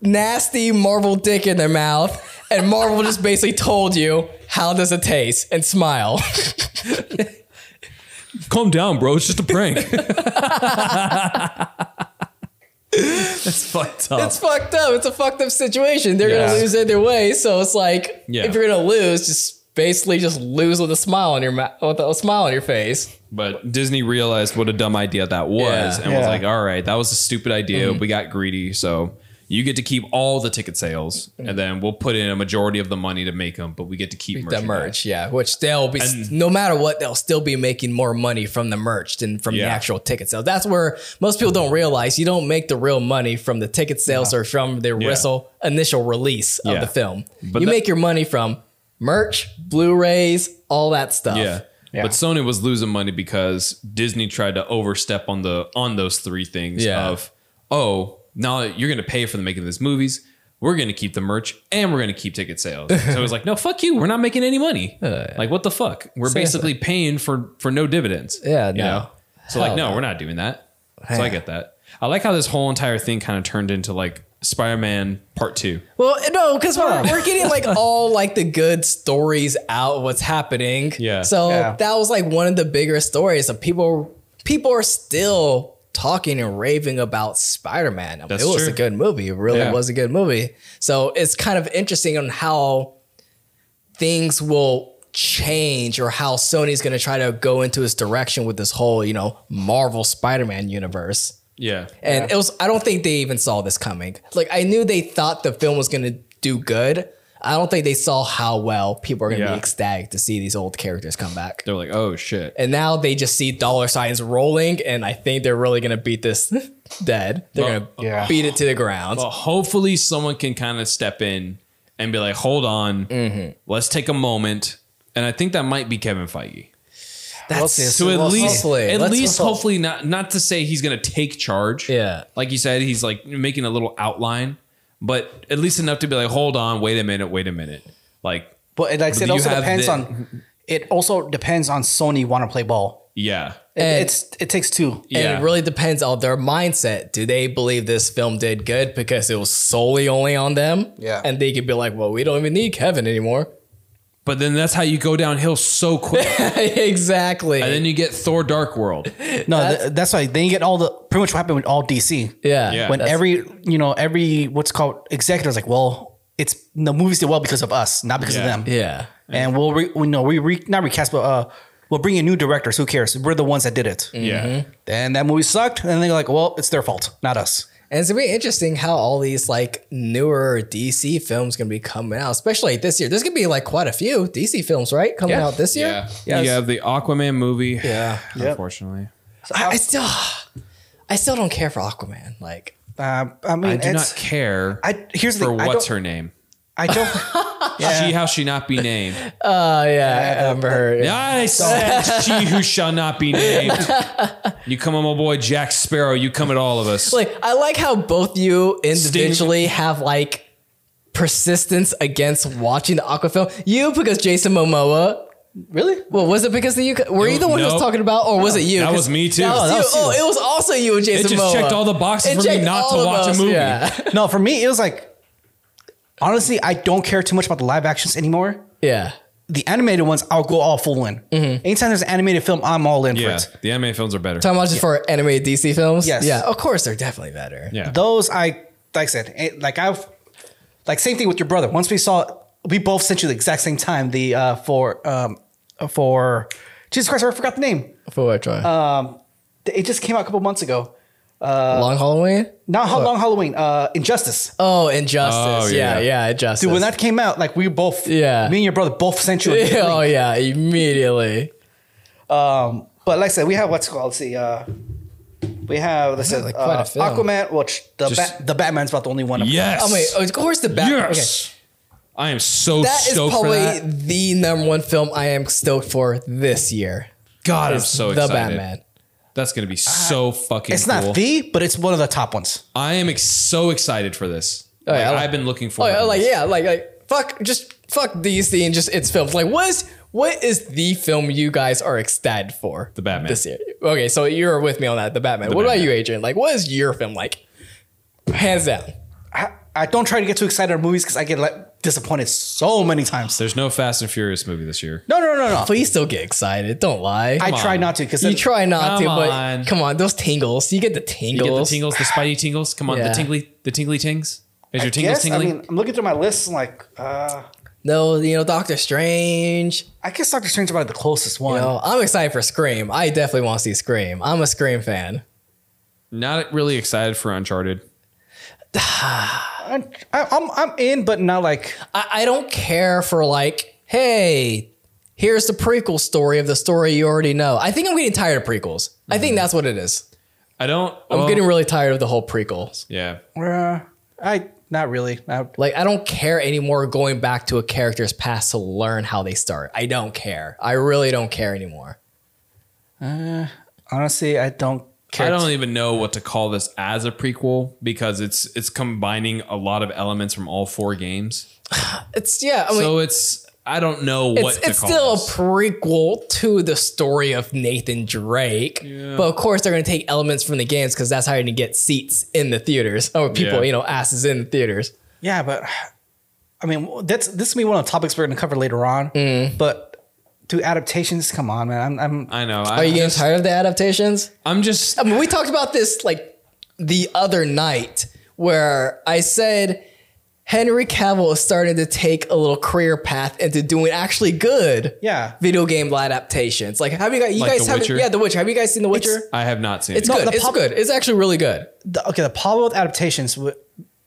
Speaker 2: nasty Marvel dick in their mouth and Marvel just basically told you, how does it taste? And smile.
Speaker 3: Calm down, bro. It's just a prank. That's fucked up.
Speaker 2: it's fucked up. It's a fucked up situation. They're
Speaker 1: Yeah.
Speaker 2: gonna lose either way. So it's like
Speaker 3: Yeah.
Speaker 2: if you're gonna lose, just basically just lose with a smile on your mouth, with a smile on your face.
Speaker 3: But Disney realized what a dumb idea that was
Speaker 2: Yeah.
Speaker 3: and was
Speaker 1: Yeah.
Speaker 3: like, all right, that was a stupid idea. We got greedy. So you get to keep all the ticket sales and then we'll put in a majority of the money to make them, but we get to keep
Speaker 2: The merch, yeah. Which they'll be
Speaker 3: And-
Speaker 2: no matter what, they'll still be making more money from the merch than from the
Speaker 3: Yeah.
Speaker 2: actual ticket sales. That's where most people don't realize you don't make the real money from the ticket sales or from the whistle, initial release of
Speaker 3: Yeah.
Speaker 2: the film.
Speaker 3: But
Speaker 2: you
Speaker 3: that-
Speaker 2: make your money from merch, Blu-rays, all that stuff.
Speaker 3: Yeah.
Speaker 1: Yeah.
Speaker 3: But Sony was losing money because Disney tried to overstep on the on those three things
Speaker 2: Yeah.
Speaker 3: of, oh, now you're gonna pay for the making of these movies. We're gonna keep the merch and we're gonna keep ticket sales. so it was like, no, fuck you. We're not making any money.
Speaker 2: Uh,
Speaker 3: Like what the fuck? We're basically paying for for no dividends.
Speaker 2: Yeah,
Speaker 3: you
Speaker 2: no.
Speaker 3: know? So
Speaker 2: Hell
Speaker 3: like, no, we're not doing that. So I get that. I like how this whole entire thing kind of turned into like Spider-Man Part Two.
Speaker 2: Well, no, because we're, we're getting like all like the good stories out of what's happening.
Speaker 3: Yeah.
Speaker 2: So
Speaker 1: Yeah.
Speaker 2: that was like one of the bigger stories. of people people are still talking and raving about Spider Man. I mean,
Speaker 3: That's
Speaker 2: it was
Speaker 3: true.
Speaker 2: a good movie. It really
Speaker 3: Yeah.
Speaker 2: was a good movie. So it's kind of interesting on how things will change or how Sony's going to try to go into its direction with this whole you know Marvel Spider Man universe.
Speaker 3: Yeah.
Speaker 2: And it was I don't think they even saw this coming. Like I knew they thought the film was gonna do good. I don't think they saw how well people are gonna
Speaker 3: Yeah.
Speaker 2: be ecstatic to see these old characters come back.
Speaker 3: They're like, oh shit.
Speaker 2: And now they just see dollar signs rolling, and I think they're really gonna beat this dead. They're
Speaker 3: Well,
Speaker 2: gonna
Speaker 1: yeah.
Speaker 2: beat it to the ground.
Speaker 3: But hopefully someone can kind of step in and be like, hold on,
Speaker 2: Mm-hmm.
Speaker 3: let's take a moment. And I think that might be Kevin Feige.
Speaker 1: we'll
Speaker 2: That's
Speaker 1: see.
Speaker 3: To at
Speaker 1: We'll see.
Speaker 3: least,
Speaker 2: hopefully.
Speaker 3: at
Speaker 2: Let's
Speaker 3: least,
Speaker 2: hope.
Speaker 3: hopefully not. Not to say he's going to take charge.
Speaker 2: Yeah.
Speaker 3: like you said, he's like making a little outline, but at least enough to be like, hold on, wait a minute, wait a minute. Like,
Speaker 1: But it, like I said, it
Speaker 3: You
Speaker 1: also
Speaker 3: have
Speaker 1: depends
Speaker 3: the-
Speaker 1: on. It also depends on Sony want to play ball.
Speaker 3: yeah,
Speaker 1: It,
Speaker 2: And-
Speaker 1: it's it takes two.
Speaker 2: and
Speaker 3: yeah.
Speaker 2: it really depends on their mindset. Do they believe this film did good because it was solely only on them?
Speaker 1: Yeah.
Speaker 2: And they could be like, well, we don't even need Kevin anymore.
Speaker 3: but then that's how you go downhill so quick,
Speaker 2: exactly.
Speaker 3: and then you get Thor: Dark World.
Speaker 1: No, that's, th- that's why then you get all the pretty much what happened with all DC.
Speaker 2: yeah.
Speaker 3: Yeah.
Speaker 1: when
Speaker 2: That's-
Speaker 1: every you know every what's called executives like, well, it's the movies did well because of us, not because
Speaker 3: Yeah.
Speaker 1: of them.
Speaker 2: Yeah.
Speaker 1: And we'll re, we know we re, not recast, but uh, we'll bring in new directors. Who cares? We're the ones that did it.
Speaker 3: Yeah,
Speaker 2: Mm-hmm.
Speaker 1: Then that movie sucked, and they're like, well, it's their fault, not us.
Speaker 2: And it's gonna be interesting how all these like newer DC films gonna be coming out, especially this year. There's gonna be like quite a few DC films, right? Coming out this year.
Speaker 3: yeah.
Speaker 1: Yes.
Speaker 3: You have the Aquaman movie.
Speaker 2: Yeah.
Speaker 3: unfortunately,
Speaker 2: I, I still I still don't care for Aquaman. Like
Speaker 1: Um, I mean,
Speaker 3: I do
Speaker 1: it's,
Speaker 3: not care
Speaker 1: I here's the
Speaker 3: for
Speaker 1: thing, I
Speaker 3: what's
Speaker 1: don't-
Speaker 3: her name.
Speaker 1: I don't. yeah.
Speaker 3: She how she not be named.
Speaker 2: Oh yeah, I remember her. Yeah.
Speaker 3: I said she who shall not be named. You come on, my boy Jack Sparrow. You come at all of us.
Speaker 2: Like I like how both you individually have like persistence against watching the Aqua film. You because Jason Momoa.
Speaker 1: really?
Speaker 2: Well, was it because the you were you the one who was
Speaker 3: Nope.
Speaker 2: talking about, or was it you?
Speaker 3: That
Speaker 2: 'Cause
Speaker 3: was me, too.
Speaker 2: That was
Speaker 3: That
Speaker 2: you.
Speaker 1: was you.
Speaker 2: Oh, it was also you and Jason.
Speaker 3: just
Speaker 2: Momoa.
Speaker 3: checked all the boxes
Speaker 2: It
Speaker 3: for me
Speaker 2: checked
Speaker 3: not to
Speaker 2: all of
Speaker 3: watch a
Speaker 2: us,
Speaker 3: movie.
Speaker 2: Yeah,
Speaker 1: No, for me, it was like, honestly, I don't care too much about the live actions anymore.
Speaker 2: yeah.
Speaker 1: The animated ones, I'll go all full in. Anytime there's an animated film, I'm all in
Speaker 3: Mm-hmm. yeah,
Speaker 1: for it.
Speaker 3: the anime films are better.
Speaker 2: Time watches for animated DC films.
Speaker 1: Yes.
Speaker 2: Yeah, of course they're definitely better.
Speaker 3: Yeah,
Speaker 1: Those, I, like I said, eh, like I've, like same thing with your brother. Once we saw, we both sent you the exact same time, the, uh, for, um, for, Jesus Christ, I forgot the name.
Speaker 2: For what, Troy?
Speaker 1: Um, it just came out a couple months ago.
Speaker 2: Long Halloween.
Speaker 1: Not how long Halloween, uh, Injustice.
Speaker 2: Oh, Injustice.
Speaker 3: Oh,
Speaker 2: yeah,
Speaker 3: yeah.
Speaker 2: yeah, Injustice.
Speaker 1: Dude, when that came out, like we both,
Speaker 2: Yeah.
Speaker 1: me and your brother both sent you. A link.
Speaker 2: oh yeah, immediately.
Speaker 1: Um, but like I said, we have what's it called. Let's see, uh, we have this is
Speaker 2: like quite
Speaker 1: uh,
Speaker 2: a film.
Speaker 1: Aquaman. Which the
Speaker 3: Just-
Speaker 1: Bat the Batman's about the only one.
Speaker 3: yes,
Speaker 2: I
Speaker 1: oh,
Speaker 2: mean, of course the Batman.
Speaker 3: yes. I am so
Speaker 2: That is
Speaker 3: stoked
Speaker 2: probably
Speaker 3: for that.
Speaker 2: the number one film I am stoked for this year.
Speaker 3: God, I'm
Speaker 2: It's
Speaker 3: so
Speaker 2: the
Speaker 3: excited.
Speaker 2: Batman.
Speaker 3: That's gonna be so fucking.
Speaker 1: It's not
Speaker 3: cool.
Speaker 1: the, but it's one of the top ones.
Speaker 3: I am ex- so excited for this.
Speaker 2: yeah,
Speaker 3: Like,
Speaker 2: I like-
Speaker 3: I've been looking
Speaker 2: Oh
Speaker 3: forward.
Speaker 2: yeah,
Speaker 3: to
Speaker 2: like
Speaker 3: this.
Speaker 2: yeah, like like fuck, just fuck DC and just its films. Like what is what is the film you guys are ecstatic for?
Speaker 3: The Batman.
Speaker 2: this year. Okay, so you're with me on that. The Batman. what about
Speaker 3: Batman.
Speaker 2: you, Adrian? Like what is your film like? Hands down.
Speaker 1: I, I don't try to get too excited on movies because I get like disappointed so many times.
Speaker 3: There's no Fast and Furious movie this year.
Speaker 1: No, no, no, no.
Speaker 2: Please don't get excited. Don't lie.
Speaker 1: I try
Speaker 3: on.
Speaker 1: not to because
Speaker 2: you try not
Speaker 3: Come
Speaker 2: to, but
Speaker 3: on.
Speaker 2: come on, those tingles. You get the
Speaker 3: You
Speaker 2: tingles.
Speaker 3: get the tingles, the spidey tingles. Come on,
Speaker 2: Yeah.
Speaker 3: the tingly, the tingly tings. Is your
Speaker 1: I
Speaker 3: tingles
Speaker 1: guess,
Speaker 3: tingling?
Speaker 1: I mean, I'm looking through my list and like, uh,
Speaker 2: No, you know, Doctor Strange.
Speaker 1: I guess Doctor Strange is probably the closest one.
Speaker 2: You know, I'm excited for Scream. I definitely want to see Scream. I'm a Scream fan.
Speaker 3: Not really excited for Uncharted.
Speaker 1: I, I, I'm I'm in, but not like
Speaker 2: I, I don't care for like, hey, here's the prequel story of the story you already know. I think I'm getting tired of prequels. I think that's what it is.
Speaker 3: I don't.
Speaker 2: I'm
Speaker 3: Mm. well,
Speaker 2: getting really tired of the whole prequels.
Speaker 3: Yeah,
Speaker 1: uh, I not really. Not,
Speaker 2: Like, I don't care anymore going back to a character's past to learn how they start. I don't care. I really don't care anymore.
Speaker 1: Honestly, I don't care.
Speaker 3: I don't even know what to call this as a prequel because it's it's combining a lot of elements from all four games.
Speaker 2: It's, yeah, I mean,
Speaker 3: so it's I don't know
Speaker 2: it's,
Speaker 3: what to
Speaker 2: it's
Speaker 3: call
Speaker 2: still
Speaker 3: this.
Speaker 2: a prequel to the story of Nathan Drake, but of course they're going to take elements from the games because that's how you're going to get seats in the theaters or people,
Speaker 3: Yeah.
Speaker 2: you know, asses in the theaters.
Speaker 1: Yeah, but I mean, that's this will be one of the topics we're going to cover later on. But do adaptations? Come on, man. I'm, I'm
Speaker 3: I know.
Speaker 2: Are
Speaker 3: I,
Speaker 2: you getting tired of the adaptations?
Speaker 3: I'm just.
Speaker 2: I mean, we talked about this like the other night where I said Henry Cavill is starting to take a little career path into doing actually good.
Speaker 1: Yeah.
Speaker 2: Video game adaptations. Like, have you guys? You
Speaker 3: Like
Speaker 2: guys
Speaker 3: The
Speaker 2: haven't?
Speaker 3: Witcher?
Speaker 2: Yeah, The Witcher. Have you guys seen The Witcher? It's,
Speaker 3: I have not seen it.
Speaker 2: good.
Speaker 1: the
Speaker 2: It's
Speaker 1: pub-
Speaker 2: good. It's actually really good.
Speaker 1: the, okay. The problem with adaptations, w-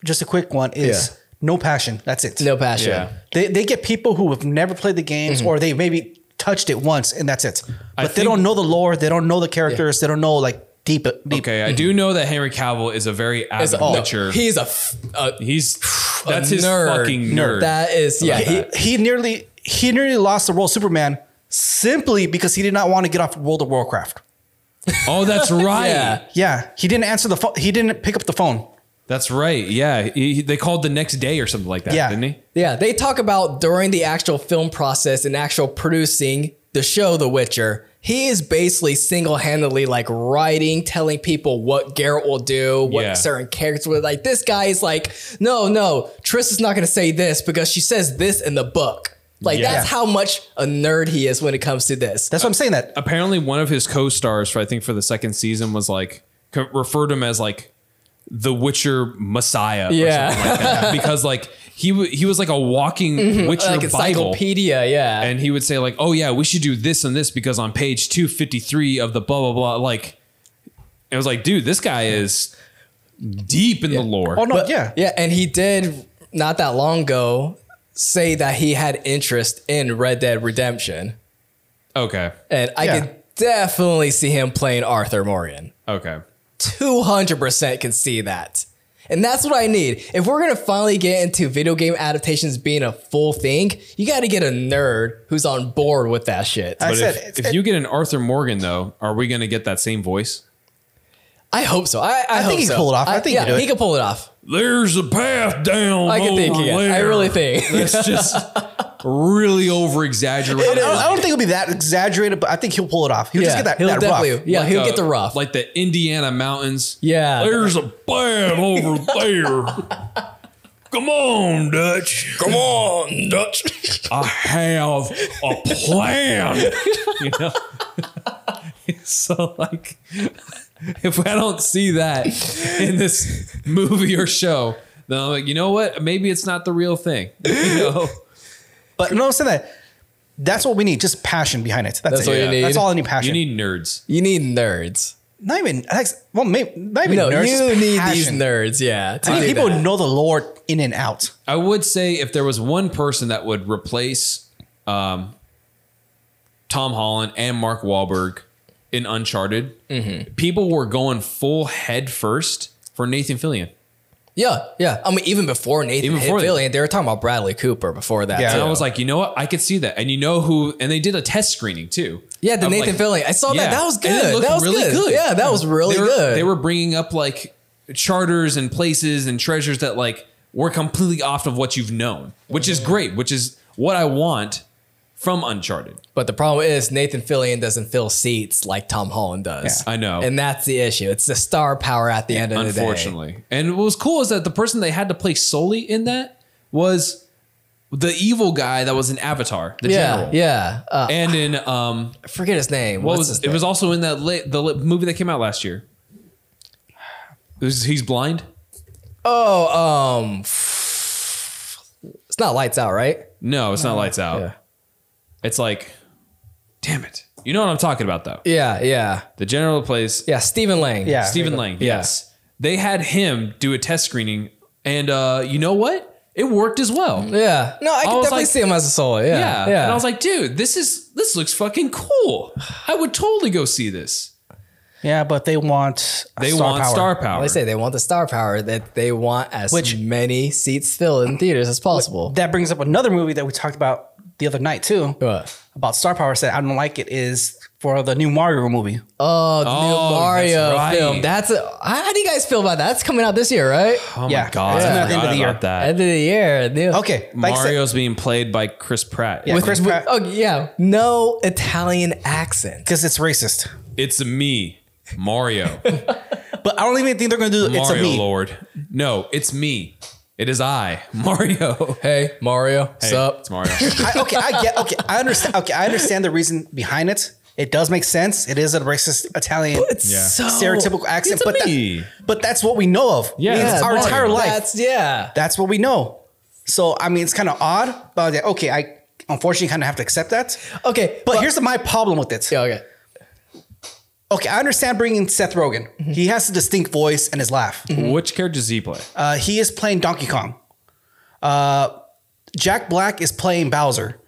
Speaker 1: just a quick one, is
Speaker 2: Yeah.
Speaker 1: no passion. That's it.
Speaker 2: No passion.
Speaker 3: Yeah.
Speaker 1: They they get people who have never played the games
Speaker 2: Mm-hmm.
Speaker 1: or they maybe touched it once and that's it. But they
Speaker 3: think-
Speaker 1: don't know the lore. They don't know the characters. They don't know like deep. deep.
Speaker 3: Okay, I do know that Henry Cavill is a very avid
Speaker 2: As a, no,
Speaker 3: Witcher.
Speaker 2: he's a, f- a-
Speaker 3: he's
Speaker 2: a
Speaker 3: that's his
Speaker 2: nerd.
Speaker 3: fucking nerd.
Speaker 2: That is yeah. He,
Speaker 1: He nearly he nearly lost the role of Superman simply because he did not want to get off World of Warcraft.
Speaker 3: oh, that's right.
Speaker 2: yeah.
Speaker 1: Yeah, he didn't answer the phone. he didn't pick up the phone.
Speaker 3: That's right. Yeah, he, he- they called the next day or something like that,
Speaker 1: Yeah.
Speaker 3: didn't he?
Speaker 2: Yeah, they talk about during the actual film process and actual producing the show The Witcher. He is basically single-handedly like writing, telling people what Geralt will do, what
Speaker 3: Yeah.
Speaker 2: certain characters will like. This guy is like, no, no, Triss is not going to say this because she says this in the book. Like
Speaker 3: Yeah.
Speaker 2: that's how much a nerd he is when it comes to this.
Speaker 1: That's what I'm saying. That
Speaker 2: Uh,
Speaker 3: apparently one of his co-stars for I think for the second season was like co- referred him as like the Witcher Messiah,
Speaker 2: Yeah.
Speaker 3: or something like that. because like he w- he was like a walking Witcher
Speaker 2: Mm-hmm. like
Speaker 3: Bible.
Speaker 2: encyclopedia, yeah.
Speaker 3: And he would say like, "Oh yeah, we should do this and this because on page two fifty three of the blah blah blah." Like, it was like, dude, this guy is deep in the lore.
Speaker 1: Oh no, yeah.
Speaker 2: Yeah, and he did not that long ago say that he had interest in Red Dead Redemption.
Speaker 3: Okay,
Speaker 2: And I
Speaker 1: Yeah.
Speaker 2: could definitely see him playing Arthur Morgan.
Speaker 3: okay,
Speaker 2: 200% can see that. And that's what I need. If we're gonna finally get into video game adaptations being a full thing, you gotta get a nerd who's on board with that shit.
Speaker 1: I
Speaker 3: But
Speaker 1: said,
Speaker 3: if,
Speaker 1: it's-
Speaker 3: if
Speaker 1: it-
Speaker 3: you get an Arthur Morgan, though, are we going to get that same voice?
Speaker 2: I hope so. I, I,
Speaker 1: think
Speaker 2: hope
Speaker 1: he
Speaker 2: so.
Speaker 1: can pull it off. I think he
Speaker 2: yeah,
Speaker 1: can do
Speaker 2: he
Speaker 1: it.
Speaker 2: can pull it off.
Speaker 3: There's a path down.
Speaker 2: I can think he can. I really think.
Speaker 3: That's just really over
Speaker 1: I
Speaker 3: exaggerated.
Speaker 1: don't, I don't think it'll be that exaggerated, but I think he'll pull it off. He'll just
Speaker 2: Yeah,
Speaker 1: get that,
Speaker 2: he'll
Speaker 1: that
Speaker 2: definitely-
Speaker 1: rough.
Speaker 2: Yeah, he'll get the rough.
Speaker 3: Like the Indiana mountains.
Speaker 2: Yeah.
Speaker 3: There's a path over there. Come on, Dutch. Come on, Dutch. I have a plan. you know? so, like, if I don't see that in this movie or show, then I'm like, you know what? Maybe it's not the real thing. You know?
Speaker 1: But no, I'm saying that. That's what we need. Just passion behind it. That's,
Speaker 2: That's
Speaker 1: it.
Speaker 2: what you
Speaker 1: Yeah.
Speaker 2: need.
Speaker 1: That's all I need. Passion.
Speaker 3: You need nerds.
Speaker 2: you need nerds.
Speaker 1: not even. that's- Well, maybe not even
Speaker 2: No,
Speaker 1: nerds.
Speaker 2: you
Speaker 1: just
Speaker 2: need these
Speaker 1: passion.
Speaker 2: nerds. Yeah. to
Speaker 1: I
Speaker 2: do
Speaker 1: need people
Speaker 2: that.
Speaker 1: who know the Lord in and out.
Speaker 3: I would say if there was one person that would replace um, Tom Holland and Mark Wahlberg in Uncharted,
Speaker 2: Mm-hmm.
Speaker 3: people were going full head first for Nathan Fillion.
Speaker 2: Yeah, yeah. I mean, even before Nathan
Speaker 3: Even
Speaker 2: even
Speaker 3: before that.
Speaker 2: they were talking about Bradley Cooper before that.
Speaker 1: Yeah.
Speaker 2: too.
Speaker 3: And I was like, you know what? I could see that. And you know who? And they did a test screening too.
Speaker 2: yeah, the
Speaker 3: Of,
Speaker 2: Nathan
Speaker 3: like,
Speaker 2: Fillion. I saw
Speaker 3: Yeah.
Speaker 2: that. That was
Speaker 3: And it
Speaker 2: good.
Speaker 3: looked
Speaker 2: That was
Speaker 3: really
Speaker 2: good.
Speaker 3: good.
Speaker 2: Yeah, that was really
Speaker 3: they were,
Speaker 2: good.
Speaker 3: They were bringing up like charters and places and treasures that like were completely off of what you've known, which
Speaker 2: Mm-hmm.
Speaker 3: is great, which is what I want from Uncharted.
Speaker 2: but the problem is Nathan Fillion doesn't fill seats like Tom Holland does.
Speaker 3: Yeah. I know.
Speaker 2: and that's the issue. It's the star power at the end of the day.
Speaker 3: unfortunately. And what was cool is that the person they had to play solely in that was the evil guy that was in Avatar, the
Speaker 2: yeah,
Speaker 3: general.
Speaker 2: yeah. Uh,
Speaker 3: And in um,
Speaker 2: I forget his name.
Speaker 3: what
Speaker 2: What's
Speaker 3: was
Speaker 2: his
Speaker 3: it?
Speaker 2: name?
Speaker 3: Was also in that la- the la- movie that came out last year. It was- he's blind?
Speaker 2: oh, um, it's not Lights Out, right?
Speaker 3: No, it's not Lights Out.
Speaker 2: Uh, yeah.
Speaker 3: It's like, damn it. You know what I'm talking about though.
Speaker 2: Yeah, yeah,
Speaker 3: The general plays
Speaker 2: yeah. Stephen Lang.
Speaker 1: Yeah.
Speaker 3: Stephen Lang. Yes, they had him do a test screening, and uh, you know what? It worked as well.
Speaker 2: yeah. No, I can
Speaker 3: was
Speaker 2: definitely
Speaker 3: like-
Speaker 2: see him as a solo. Yeah,
Speaker 3: Yeah.
Speaker 2: yeah.
Speaker 3: And I was like, dude, this is this looks fucking cool. I would totally go see this.
Speaker 1: Yeah, but they want
Speaker 3: They
Speaker 1: star
Speaker 3: want
Speaker 1: power.
Speaker 3: star power.
Speaker 2: They say they want the star power that they want as
Speaker 1: Which-
Speaker 2: many seats filled in theaters as possible.
Speaker 1: That brings up another movie that we talked about the other night too
Speaker 2: What?
Speaker 1: about star power. Said I don't like it is for the new Mario movie.
Speaker 2: Oh, the
Speaker 3: Oh,
Speaker 2: new Mario
Speaker 3: that's right.
Speaker 2: film. That's a, how, how do you guys feel about that? That's coming out this year, right?
Speaker 3: oh
Speaker 1: yeah,
Speaker 3: my god,
Speaker 1: it's
Speaker 3: I
Speaker 1: not the end
Speaker 3: forgot
Speaker 1: of the year.
Speaker 3: about that.
Speaker 2: End of the year. New,
Speaker 1: Okay, like I said-
Speaker 3: Mario's being played by Chris Pratt.
Speaker 1: Yeah.
Speaker 2: With
Speaker 1: Chris
Speaker 2: with-
Speaker 1: Pratt.
Speaker 2: Oh yeah, no Italian accent.
Speaker 1: because it's racist.
Speaker 3: It's me, Mario.
Speaker 1: But I don't even think they're gonna do. it's a
Speaker 3: Mario
Speaker 1: me.
Speaker 3: Lord. No, it's me. It is I, Mario.
Speaker 2: Hey Mario, what's
Speaker 3: Hey,
Speaker 2: up?
Speaker 3: It's Mario.
Speaker 1: I, okay, I get. Okay, I understand. Okay, I understand the reason behind it. It does make sense. It is a racist Italian
Speaker 2: It's
Speaker 3: Yeah.
Speaker 2: so
Speaker 1: stereotypical accent,
Speaker 3: It's a
Speaker 1: but
Speaker 3: me.
Speaker 1: that, but that's what we know of.
Speaker 3: Yeah,
Speaker 1: I mean,
Speaker 3: it's
Speaker 1: it's our
Speaker 3: Mario.
Speaker 1: entire life. That's,
Speaker 2: That's yeah.
Speaker 1: what we know. So I mean, it's kind of odd, but I was like, okay, I unfortunately kind of have to accept that.
Speaker 2: Okay,
Speaker 1: But, here's the, my problem with it.
Speaker 2: yeah, okay.
Speaker 1: Okay, I understand bringing Seth Rogen. He has a distinct voice and his laugh.
Speaker 3: Which character does he play?
Speaker 1: Uh, he is playing Donkey Kong. Uh, Jack Black is playing Bowser.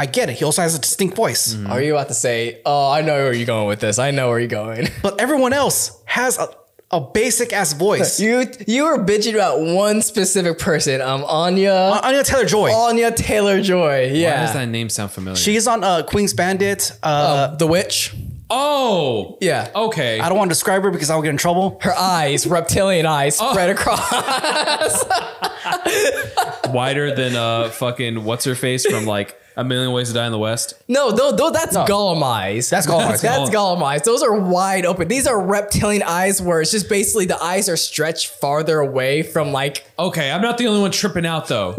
Speaker 1: I get it. He also has a distinct voice.
Speaker 2: Are you about to say? Oh, I know where you're going with this. I know where you're going.
Speaker 1: But everyone else has a, a basic ass voice.
Speaker 2: You you were bitching about one specific person. Um, Anya.
Speaker 1: Uh, Anya Taylor Joy.
Speaker 2: Anya Taylor Joy.
Speaker 3: Why
Speaker 2: Yeah.
Speaker 3: does that name sound familiar?
Speaker 1: She's on uh, Queen's Bandit. Uh,
Speaker 2: the witch.
Speaker 3: oh,
Speaker 2: Yeah.
Speaker 3: Okay.
Speaker 1: I don't want to describe her because I'll get in trouble.
Speaker 2: Her eyes, reptilian eyes, spread across.
Speaker 3: Wider than uh, fucking what's her face from like A Million Ways to Die in the West.
Speaker 2: No, no, no that's Gollum eyes.
Speaker 1: That's Gollum eyes.
Speaker 2: That's Gollum eyes. Those are wide open. These are reptilian eyes where it's just basically the eyes are stretched farther away from like.
Speaker 3: Okay, I'm not the only one tripping out though.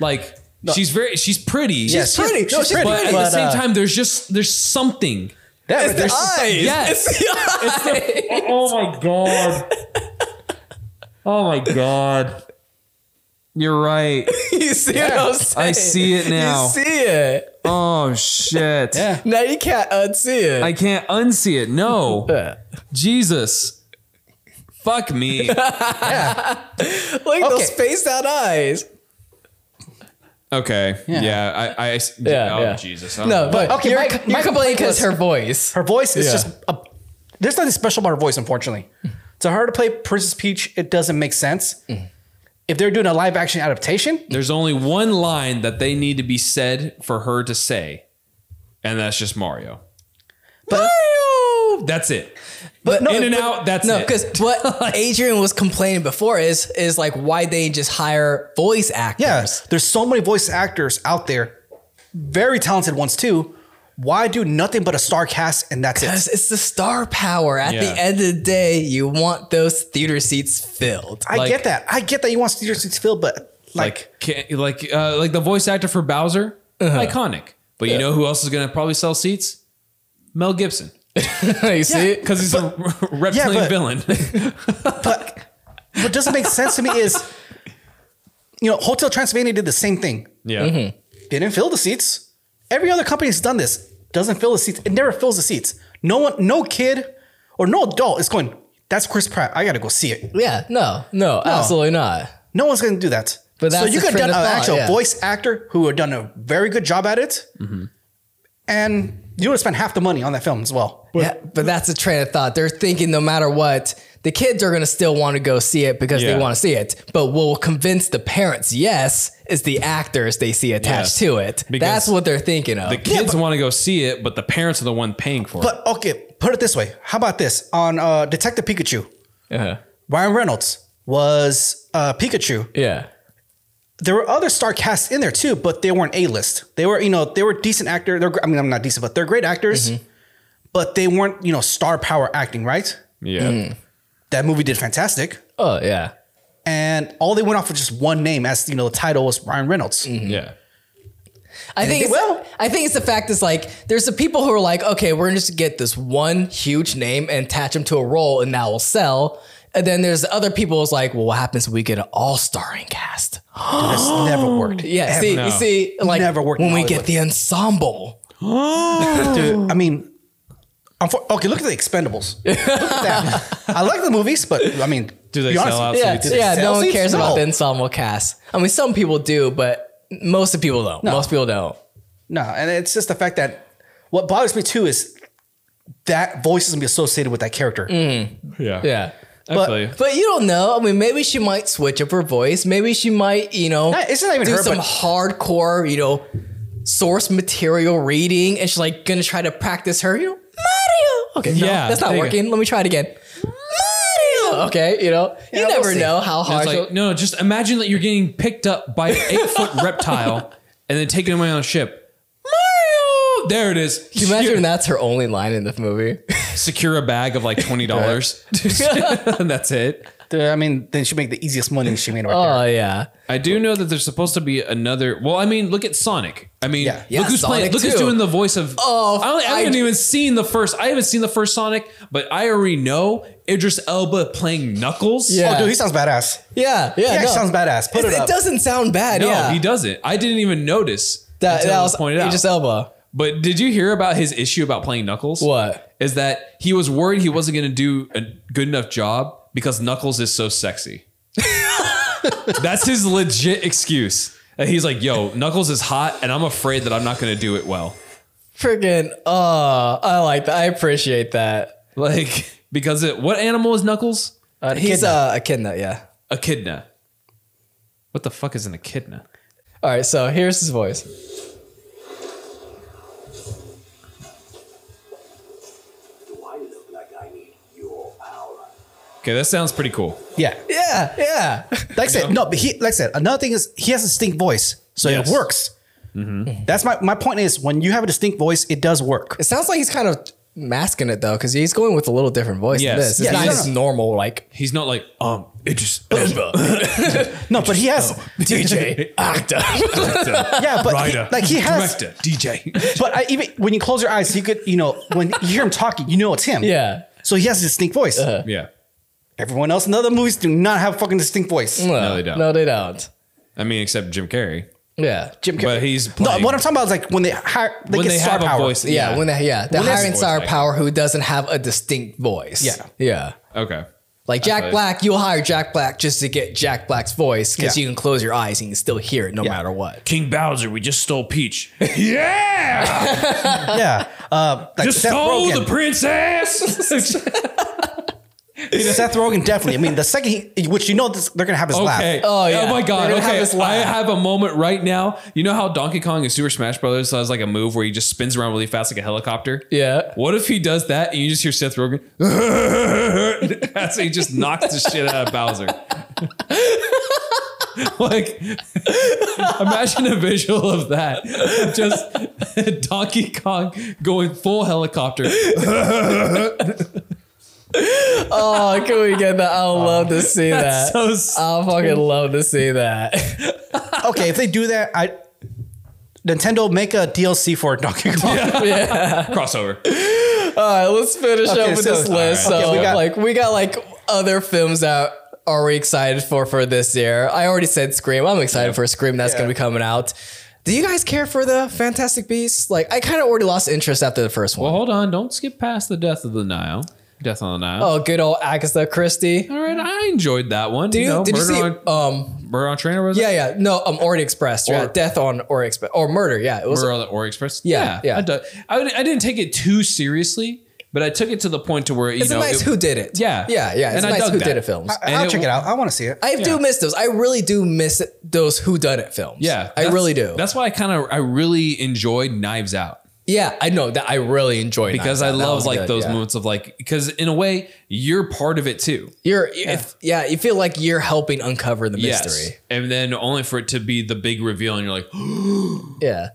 Speaker 3: like she's very she's pretty.
Speaker 1: Yes,
Speaker 2: pretty. No, she's
Speaker 3: But
Speaker 2: pretty.
Speaker 3: at the
Speaker 1: But,
Speaker 3: same
Speaker 1: uh,
Speaker 3: time, there's just there's something.
Speaker 1: that-
Speaker 2: It's the
Speaker 1: there's-
Speaker 2: eyes.
Speaker 3: Yes.
Speaker 2: It's the eyes.
Speaker 3: Oh my god. Oh my god. You're right.
Speaker 2: you see what I'm saying?
Speaker 3: I see it now.
Speaker 2: You see it.
Speaker 3: Oh shit.
Speaker 1: Yeah.
Speaker 2: Now you can't unsee
Speaker 3: I
Speaker 2: it.
Speaker 3: can't unsee it. No. Jesus. Fuck me.
Speaker 2: Look at those
Speaker 1: Okay.
Speaker 2: spaced out eyes.
Speaker 3: Okay. Yeah. I, I,
Speaker 2: Yeah,
Speaker 3: oh
Speaker 2: yeah.
Speaker 3: Jesus. I don't
Speaker 2: No,
Speaker 3: know.
Speaker 2: but
Speaker 1: Okay,
Speaker 2: you're,
Speaker 1: my-
Speaker 2: you're
Speaker 1: my
Speaker 2: complaining
Speaker 1: complaint
Speaker 2: because
Speaker 1: was-
Speaker 2: her voice.
Speaker 1: her voice is
Speaker 2: Yeah.
Speaker 1: just a, there's nothing special about her voice, unfortunately. to her to play Princess Peach, it doesn't make sense. If they're doing a live action adaptation,
Speaker 3: There's only one line that they need to be said for her to say, and that's just Mario.
Speaker 1: but
Speaker 3: Mario! That's it.
Speaker 2: But
Speaker 3: in and out, that's
Speaker 2: no,
Speaker 3: it.
Speaker 2: because what Adrian was complaining before is is like why they just hire voice actors.
Speaker 1: yeah, there's so many voice actors out there, very talented ones too. Why do nothing but a star cast and that's it?
Speaker 2: Because it's the star power. At
Speaker 3: Yeah.
Speaker 2: the end of the day, you want those theater seats filled.
Speaker 1: I
Speaker 3: like-
Speaker 1: get that. I get that you want Studio Seats filled, but like,
Speaker 3: Like Uh-huh. can, like uh, like the voice actor for Bowser, iconic. But you know who else is going to probably sell seats? Mel Gibson,
Speaker 2: you see?
Speaker 3: because he's a reptilian
Speaker 1: Yeah, but-
Speaker 3: villain.
Speaker 1: but what doesn't make sense to me is, you know, Hotel Transylvania did the same thing.
Speaker 3: yeah.
Speaker 1: They didn't fill the seats. Every other company's done this. Doesn't fill the seats. It never fills the seats. No one, no kid, or no adult is going. That's Chris Pratt. I gotta go see it.
Speaker 2: Yeah, no, no, absolutely not.
Speaker 1: No one's gonna do that.
Speaker 2: But
Speaker 1: so
Speaker 2: that's
Speaker 1: you
Speaker 2: the
Speaker 1: could have done
Speaker 2: train
Speaker 1: an
Speaker 2: of thought,
Speaker 1: actual
Speaker 2: yeah. Mm-hmm.
Speaker 1: voice actor who had done a very good job at it, and you would have spent half the money on that film as well.
Speaker 2: yeah, but that's a train of thought. They're thinking no matter what, the kids are going to still want to go see it because
Speaker 3: Yeah.
Speaker 2: they want to see it. But what will convince the parents yes is the actors they see attached
Speaker 3: Yeah.
Speaker 2: to it.
Speaker 3: Because
Speaker 2: that's what they're thinking of.
Speaker 3: The kids want to go see it, but the parents are the one paying for it.
Speaker 1: But okay, put it this way. How about this on uh, Detective Pikachu?
Speaker 2: uh-huh.
Speaker 1: Ryan Reynolds was uh, Pikachu.
Speaker 2: Yeah.
Speaker 1: There were other star casts in there too, but they weren't A list. They were, you know, they were decent actors. They're, gr- I mean, I'm not decent, but they're great actors.
Speaker 3: Mm-hmm.
Speaker 1: But they weren't, you know, star power acting. Right?
Speaker 3: Yeah.
Speaker 1: That movie did fantastic,
Speaker 2: Oh, yeah.
Speaker 1: and all they went off was just one name, as you know, the title was Ryan Reynolds.
Speaker 3: Yeah.
Speaker 2: I
Speaker 1: they
Speaker 2: think it's,
Speaker 1: will.
Speaker 2: I think it's the fact is like there's the people who are like, okay, we're just gonna get this one huge name and attach them to a role, and that will sell. And then there's the other people who's like, well, what happens if we get an all starring cast?
Speaker 1: That's never worked.
Speaker 2: Yeah, see,
Speaker 3: no.
Speaker 2: you see, like
Speaker 1: Never worked in
Speaker 2: when we
Speaker 1: Hollywood.
Speaker 2: get the ensemble.
Speaker 1: Dude, I mean, unfor- okay, look at the Expendables. Look at that. I like the movies, but I mean,
Speaker 3: Do they
Speaker 1: be honest,
Speaker 3: sell out?
Speaker 2: Yeah,
Speaker 3: seats?
Speaker 2: yeah,
Speaker 1: sell
Speaker 2: no one
Speaker 1: seats?
Speaker 2: cares about
Speaker 1: No.
Speaker 2: the ensemble cast. I mean, some people do, but most of the people don't. Most people don't.
Speaker 1: No, and it's just the fact that what bothers me too is that voice is gonna be associated with that character.
Speaker 3: Yeah. Oh,
Speaker 2: Yeah.
Speaker 3: I
Speaker 1: But-
Speaker 3: feel you.
Speaker 2: But you don't know. I mean, maybe she might switch up her voice. Maybe she might, you know,
Speaker 1: Nah, it's not even
Speaker 2: do
Speaker 1: her,
Speaker 2: some
Speaker 1: but-
Speaker 2: hardcore, you know, source material reading, and she's like gonna try to practice her, you know, Mario. Okay, no,
Speaker 3: Yeah,
Speaker 2: that's not
Speaker 3: there you
Speaker 2: working. Let me try it again. Mario. Okay, you know, you
Speaker 1: Yeah, we'll
Speaker 2: never
Speaker 1: see.
Speaker 2: know how
Speaker 3: And
Speaker 2: hard.
Speaker 3: it's
Speaker 2: she'll-
Speaker 3: like, no, no, just imagine that you're getting picked up by an eight foot reptile and then taken away on a ship. Mario! There it is.
Speaker 2: Can you imagine that's her only line in the movie?
Speaker 3: Secure a bag of like $20 and that's it.
Speaker 1: Dude, I mean, then she make the easiest money she made right there.
Speaker 2: oh yeah.
Speaker 3: I do know that there's supposed to be another. Well, I mean, look at Sonic. I mean,
Speaker 1: Yeah.
Speaker 2: Yeah,
Speaker 3: look who's
Speaker 2: Sonic
Speaker 3: playing. Look who's
Speaker 2: too.
Speaker 3: doing the voice of.
Speaker 2: Oh,
Speaker 3: I, don't- I
Speaker 2: I-
Speaker 3: haven't even seen the first. I haven't seen the first Sonic, but I already know Idris Elba playing Knuckles.
Speaker 2: Yeah.
Speaker 1: Oh, dude, he sounds badass.
Speaker 2: Yeah, yeah.
Speaker 1: He actually
Speaker 2: no.
Speaker 1: sounds badass. Put it,
Speaker 2: it
Speaker 1: up.
Speaker 2: doesn't sound bad.
Speaker 3: no,
Speaker 2: yeah,
Speaker 3: he doesn't. I didn't even notice
Speaker 2: That,
Speaker 3: until
Speaker 2: that
Speaker 3: it
Speaker 2: was
Speaker 3: pointed out.
Speaker 2: Idris Elba.
Speaker 3: But did you hear about his issue about playing Knuckles?
Speaker 2: What?
Speaker 3: Is that he was worried he wasn't going to do a good enough job because Knuckles is so sexy. That's his legit excuse. And he's like, yo, Knuckles is hot, and I'm afraid that I'm not going to do it well.
Speaker 2: Friggin' oh, I like that. I appreciate that.
Speaker 3: Like, because it, what animal is Knuckles?
Speaker 2: He's
Speaker 1: echidna.
Speaker 2: uh, echidna, yeah.
Speaker 3: Echidna. What the fuck is an echidna?
Speaker 2: All right, so here's his voice.
Speaker 5: I look like I need your power.
Speaker 3: Okay, that sounds pretty cool.
Speaker 1: yeah.
Speaker 2: Yeah, yeah.
Speaker 1: Like I said, no, but he, like I said, another thing is he has a distinct voice, so
Speaker 3: Yes. Mm-hmm.
Speaker 1: it works. That's my, my point is when you have a distinct voice, it does work.
Speaker 2: It sounds like he's kind of masking it though, because he's going with a little different voice
Speaker 3: Yes.
Speaker 2: than this. It's
Speaker 1: Yeah,
Speaker 2: not
Speaker 1: no,
Speaker 2: his
Speaker 1: no.
Speaker 2: normal like
Speaker 3: He's not like, um, Idris
Speaker 1: No, but he has,
Speaker 3: Oh.
Speaker 2: DJ actor.
Speaker 1: yeah, but he, like he has,
Speaker 3: director, DJ.
Speaker 1: but I, even when you close your eyes, you could, you know, when you hear him talking, you know it's him.
Speaker 2: yeah. Uh-huh.
Speaker 1: So he has a distinct voice.
Speaker 3: yeah.
Speaker 1: Everyone else in the other movies do not have a fucking distinct voice.
Speaker 2: Mm.
Speaker 3: No, they don't.
Speaker 2: No, they don't.
Speaker 3: I mean, except Jim Carrey.
Speaker 2: Yeah.
Speaker 1: Jim Carrey.
Speaker 3: But he's
Speaker 1: no,
Speaker 3: playing-
Speaker 1: what I'm talking about is like when they hire, they
Speaker 3: when
Speaker 1: get
Speaker 3: they
Speaker 1: star
Speaker 3: have
Speaker 1: power.
Speaker 3: a voice.
Speaker 2: Yeah, when they, yeah, the
Speaker 1: When it's-
Speaker 2: hiring star
Speaker 3: Voice actor.
Speaker 2: power who doesn't have a distinct voice.
Speaker 1: Yeah.
Speaker 2: Yeah.
Speaker 3: Okay.
Speaker 2: Like
Speaker 3: Okay.
Speaker 2: Jack Black, you'll hire Jack Black just to get Jack Black's voice because
Speaker 1: Yeah.
Speaker 2: you can close your eyes and you can still hear it no
Speaker 1: Yeah.
Speaker 2: matter what.
Speaker 6: King Bowser, we just stole Peach.
Speaker 3: Yeah!
Speaker 1: yeah, uh, like
Speaker 6: Just
Speaker 1: Seth
Speaker 6: stole
Speaker 1: Rogen.
Speaker 6: the princess!
Speaker 1: Seth Rogen definitely. I mean, the second he, which you know this, they're gonna have his
Speaker 3: Okay.
Speaker 1: laugh.
Speaker 2: Oh, yeah.
Speaker 3: my god.
Speaker 2: They're gonna
Speaker 3: okay.
Speaker 2: have this
Speaker 3: I
Speaker 2: laugh.
Speaker 3: have a moment right now. You know how Donkey Kong in Super Smash Brothers has like a move where he just spins around really fast like a helicopter?
Speaker 2: Yeah.
Speaker 3: What if he does that and you just hear Seth Rogen? That's he just knocks the shit out of Bowser. like, imagine a visual of that. Just Donkey Kong going full helicopter.
Speaker 2: Oh, can we get that? I would love
Speaker 1: Oh.
Speaker 2: to see that.
Speaker 3: So s-
Speaker 2: I fucking love to see that.
Speaker 1: Okay. if they do that, I Nintendo make a DLC for Donkey Kong.
Speaker 3: crossover.
Speaker 2: All right, let's finish up with
Speaker 1: so-
Speaker 2: this list.
Speaker 1: all right.
Speaker 2: So,
Speaker 1: Okay, we got-
Speaker 2: like, we got like other films that are we excited for for this year? I already said Scream. I'm excited for Scream. That's gonna be coming out. Do you guys care for the Fantastic Beasts? Like, I kind of already lost interest after the first one.
Speaker 3: Well, hold on. Don't skip past the death of the Nile. Death on the Nile.
Speaker 2: Oh, good old Agatha Christie.
Speaker 3: All right, I enjoyed that one.
Speaker 2: Oh. Did you,
Speaker 3: know,
Speaker 2: did you see?
Speaker 3: Murder on,
Speaker 2: um,
Speaker 3: Murder on Train or was it?
Speaker 2: yeah, yeah. No, um, Orient Express. yeah,
Speaker 3: Or-
Speaker 2: Death on Orient Express or Murder. Yeah, it was.
Speaker 3: Murder on the Orient Express.
Speaker 2: Yeah, yeah.
Speaker 3: I, do- I, would- I didn't take it too seriously, but I took it to the point to where you
Speaker 2: it's
Speaker 3: know
Speaker 2: a nice
Speaker 3: it-
Speaker 2: who did it.
Speaker 3: Yeah.
Speaker 2: yeah, yeah. It's
Speaker 3: And
Speaker 2: a
Speaker 3: I
Speaker 2: nice
Speaker 3: dug
Speaker 2: who
Speaker 3: that.
Speaker 2: did it films.
Speaker 1: I,
Speaker 3: And
Speaker 1: I'll
Speaker 3: it
Speaker 1: check
Speaker 3: w-
Speaker 1: it out. I want to see it.
Speaker 2: I do miss those. I really do miss it, those who done it films.
Speaker 3: Yeah,
Speaker 2: I
Speaker 3: that's-
Speaker 2: really do.
Speaker 3: That's why I kind of I really enjoyed Knives Out
Speaker 2: Yeah, I know that I really enjoyed Knives
Speaker 3: because I
Speaker 2: Out. That
Speaker 3: love
Speaker 2: was
Speaker 3: like
Speaker 2: good,
Speaker 3: those
Speaker 2: yeah.
Speaker 3: moments of like because in a way you're part of it too.
Speaker 2: You're if yeah, you feel like you're helping uncover the
Speaker 3: Yes,
Speaker 2: mystery.
Speaker 3: and then only for it to be the big reveal, and you're like,
Speaker 2: Yeah.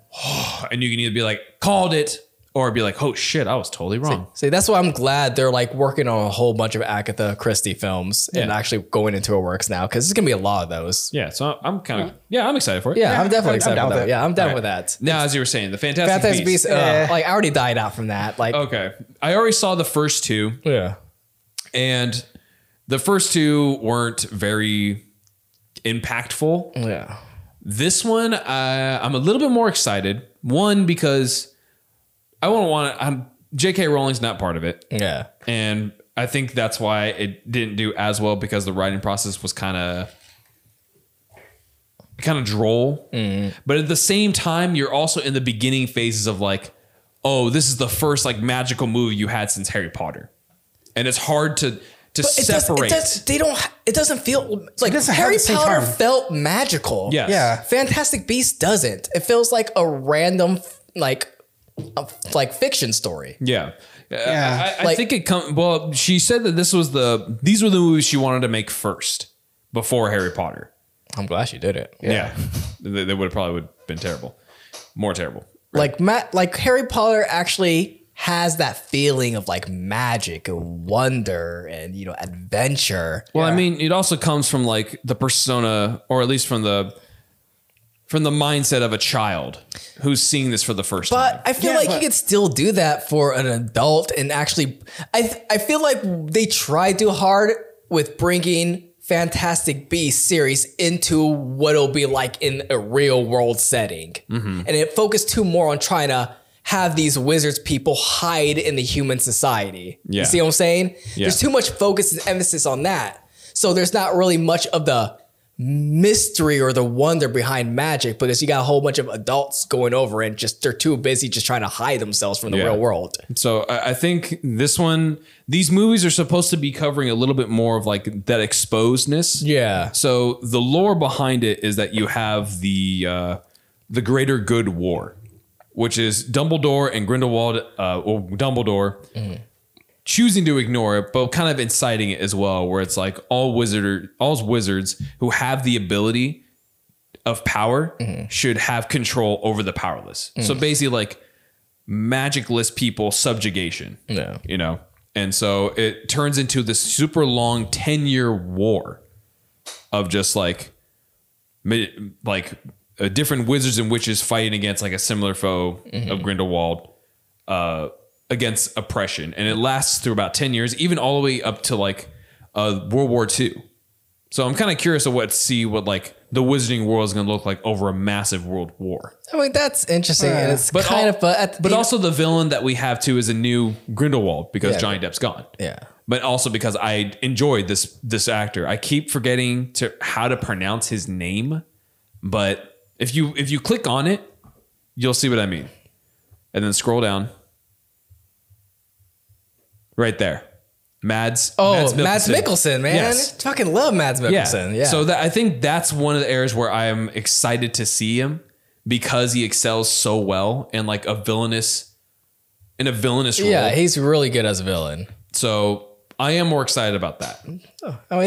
Speaker 3: and you can either be like called it or be like, oh shit, I was totally wrong.
Speaker 2: See, that's why I'm glad they're like working on a whole bunch of Agatha Christie films and
Speaker 3: Yeah.
Speaker 2: actually going into her works now because there's gonna be a lot of those.
Speaker 3: Yeah, so I'm kind of yeah, I'm excited for it.
Speaker 2: Yeah, I'm definitely excited
Speaker 1: down
Speaker 2: about
Speaker 1: with
Speaker 2: that.
Speaker 1: it.
Speaker 2: Yeah, I'm down
Speaker 3: Alright.
Speaker 2: with that.
Speaker 3: Now, as you were saying, the Fantastic,
Speaker 2: Fantastic
Speaker 3: Beasts.
Speaker 2: Beasts, uh,
Speaker 1: Yeah.
Speaker 2: like I already died out from that. Like,
Speaker 3: Okay, I already saw the first two.
Speaker 2: yeah,
Speaker 3: and the first two weren't very impactful.
Speaker 2: yeah,
Speaker 3: This one, uh, I'm a little bit more excited. One because I won't want to. I'm J.K. Rowling's not part of it,
Speaker 2: yeah.
Speaker 3: and I think that's why it didn't do as well because the writing process was kind of kind of droll.
Speaker 2: Mm-hmm.
Speaker 3: But at the same time, you're also in the beginning phases of like, oh, this is the first like magical movie you had since Harry Potter, and it's hard to to
Speaker 2: But it doesn't-
Speaker 3: separate.
Speaker 2: It, does, they don't. ha- It doesn't feel like
Speaker 1: doesn't have
Speaker 2: Harry
Speaker 1: the same
Speaker 2: Potter
Speaker 1: charm.
Speaker 2: felt magical.
Speaker 3: Yes.
Speaker 1: Yeah.
Speaker 2: Fantastic Beast doesn't. It feels like a random like a, like fiction story.
Speaker 3: Yeah. Uh,
Speaker 1: Yeah.
Speaker 3: I, I
Speaker 2: Like-
Speaker 3: think it come well, she said that this was the these were the movies she wanted to make first before Harry Potter.
Speaker 2: I'm glad you did it.
Speaker 3: Yeah. they, they would have probably would have been terrible. More terrible.
Speaker 2: Like Matt, like Harry Potter actually has that feeling of like magic and wonder and you know adventure.
Speaker 3: Well, I mean, it also comes from like the persona or at least from the from the mindset of a child who's seeing this for the first time.
Speaker 2: But I feel like you could still do that for an adult and actually I I feel like they tried too hard with bringing Fantastic Beasts series into what it'll be like in a real world setting.
Speaker 3: Mm-hmm.
Speaker 2: And it focused too more on trying to have these wizards people hide in the human society.
Speaker 3: Yeah.
Speaker 2: You see what I'm saying?
Speaker 3: Yeah.
Speaker 2: There's too much focus and emphasis on that. So there's not really much of the mystery or the wonder behind magic because you got a whole bunch of adults going over it. Just they're too busy just trying to hide themselves from the
Speaker 3: Yeah.
Speaker 2: real world.
Speaker 3: So I, I think this one, these movies are supposed to be covering a little bit more of like that exposedness.
Speaker 2: Yeah.
Speaker 3: So the lore behind it is that you have the uh, the Greater Good War, which is Dumbledore and Grindelwald, uh, or Dumbledore. Choosing to ignore it, but kind of inciting it as well, where it's like all wizard, all wizards who have the ability of power should have control over the powerless. So
Speaker 2: Mm.
Speaker 3: basically, like magicless people subjugation.
Speaker 2: Yeah.
Speaker 3: You know? And so it turns into this super long 10 year war of just like, mi- like uh, different wizards and witches fighting against like a similar foe
Speaker 2: Mm-hmm.
Speaker 3: of Grindelwald uh, against oppression. And it lasts through about 10 years, even all the way up to like uh, World War II. So I'm kind of curious to what see what like the wizarding world is going to look like over a massive world war
Speaker 2: I mean that's interesting and it's
Speaker 3: Uh, but
Speaker 2: kind
Speaker 3: al-
Speaker 2: of but, at, you
Speaker 3: but
Speaker 2: know-
Speaker 3: also the villain that we have too is a new Grindelwald because
Speaker 2: Yeah.
Speaker 3: Johnny Depp's gone.
Speaker 2: Yeah.
Speaker 3: But also because I enjoyed this this actor. I keep forgetting to how to pronounce his name, but if you if you click on it, you'll see what I mean. And then scroll down. Right there. Mads.
Speaker 2: Oh,
Speaker 3: Mads
Speaker 2: Mads
Speaker 3: Mikkelsen.
Speaker 2: Mikkelsen, man.
Speaker 3: Yes.
Speaker 2: Fucking love Mads Mikkelsen. Yeah.
Speaker 3: So that I think that's one of the areas where I am excited to see him because he excels so well in like a villainous in a villainous role.
Speaker 2: yeah, he's really good as a villain.
Speaker 3: so I am more excited about that.
Speaker 2: I mean,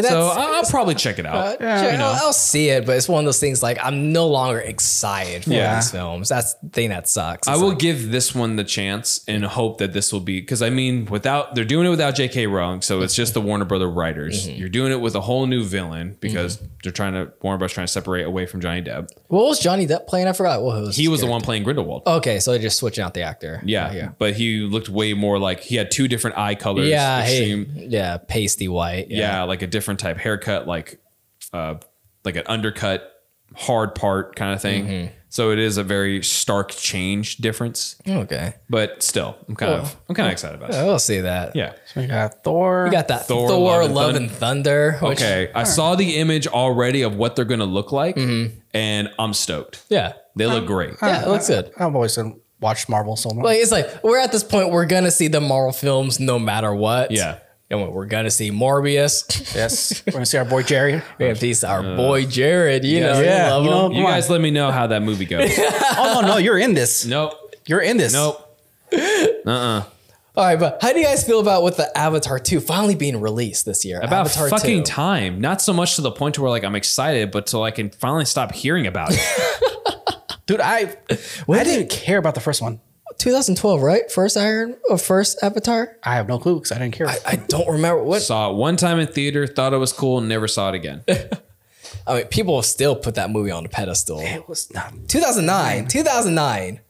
Speaker 2: that's.
Speaker 3: So I- I'll probably check it
Speaker 2: uh,
Speaker 3: out.
Speaker 2: sure,
Speaker 3: you know.
Speaker 2: I'll, I'll see it, but it's one of those things like I'm no longer excited for
Speaker 3: Yeah.
Speaker 2: these films. That's the thing that sucks.
Speaker 3: I
Speaker 2: It's
Speaker 3: will
Speaker 2: like-
Speaker 3: give this one the chance and hope that this will be because I mean, without they're doing it without J.K. Rowling, so it's just the Warner Brother writers. You're doing it with a whole new villain because they're trying to Warner Bros. trying to separate away from Johnny Depp.
Speaker 2: what was Johnny Depp playing? I forgot. What was
Speaker 3: He was the one playing Grindelwald.
Speaker 2: Okay, so they're just switching out the actor.
Speaker 3: Yeah,
Speaker 2: Oh, yeah,
Speaker 3: but he looked way more like he had two different eye colors.
Speaker 2: yeah. Hey,
Speaker 3: extreme-
Speaker 2: yeah, pasty white.
Speaker 3: yeah, like a different type haircut, like uh, like an undercut, hard part kind of thing. So it is a very stark change difference,
Speaker 2: Okay,
Speaker 3: but still, I'm kind of I'm kind of excited about it.
Speaker 2: I will see that.
Speaker 3: Yeah.
Speaker 1: We got Thor.
Speaker 2: We got that
Speaker 3: Thor,
Speaker 2: Thor,
Speaker 3: Love
Speaker 2: Love,
Speaker 3: and Thun-
Speaker 2: and Thunder. which-
Speaker 3: Okay, I saw the image already of what they're going to look like, and I'm stoked.
Speaker 2: Yeah.
Speaker 3: They look great.
Speaker 2: Yeah, it looks good.
Speaker 1: I've always watched Marvel so much.
Speaker 2: Like it's like we're at this point we're gonna see the Marvel films no matter what.
Speaker 3: Yeah.
Speaker 2: And we're gonna see Morbius.
Speaker 1: yes, we're gonna see our boy Jerry.
Speaker 2: We're gonna see our boy Jared. You know,
Speaker 1: Yeah,
Speaker 2: yeah, love
Speaker 1: you
Speaker 2: him.
Speaker 1: know,
Speaker 3: you
Speaker 1: come on.
Speaker 3: guys, let me know how that movie goes.
Speaker 1: oh no, no, you're in this.
Speaker 3: nope,
Speaker 1: You're in this.
Speaker 3: nope.
Speaker 2: All right, but how do you guys feel about with the Avatar 2 finally being released this year?
Speaker 3: About
Speaker 2: Avatar 2.
Speaker 3: fucking time. Not so much to the point to where like I'm excited, but till I can finally stop hearing about it.
Speaker 1: dude. I I didn't care about the first one.
Speaker 2: 2012, right? First Iron or first Avatar?
Speaker 1: I have no clue because I didn't care.
Speaker 2: I don't remember what
Speaker 3: saw it one time in theater, thought it was cool, and never saw it again.
Speaker 2: I mean, people still put that movie on a pedestal.
Speaker 1: it was not.
Speaker 2: 2009, 2009.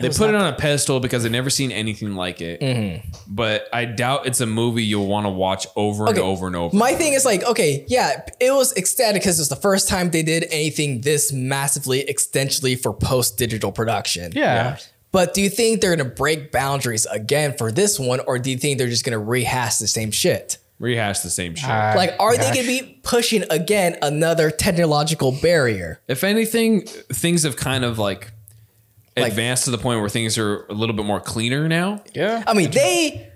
Speaker 3: they put it on a pedestal because I've never seen anything like it. But I doubt it's a movie you'll want to watch over and
Speaker 2: Okay.
Speaker 3: over and over.
Speaker 2: My thing is like, okay, yeah, it was ecstatic because it was the first time they did anything this massively, extensively for post digital production.
Speaker 1: Yeah.
Speaker 2: But do you think they're going to break boundaries again for this one, or do you think they're just going to rehash the same shit?
Speaker 3: Rehash the same shit.
Speaker 1: I-
Speaker 2: Like, are
Speaker 1: gosh.
Speaker 2: they going to be pushing again another technological barrier?
Speaker 3: if anything, things have kind of like,
Speaker 2: Like-
Speaker 3: advanced to the point where things are a little bit more cleaner now.
Speaker 1: Yeah.
Speaker 2: I mean, they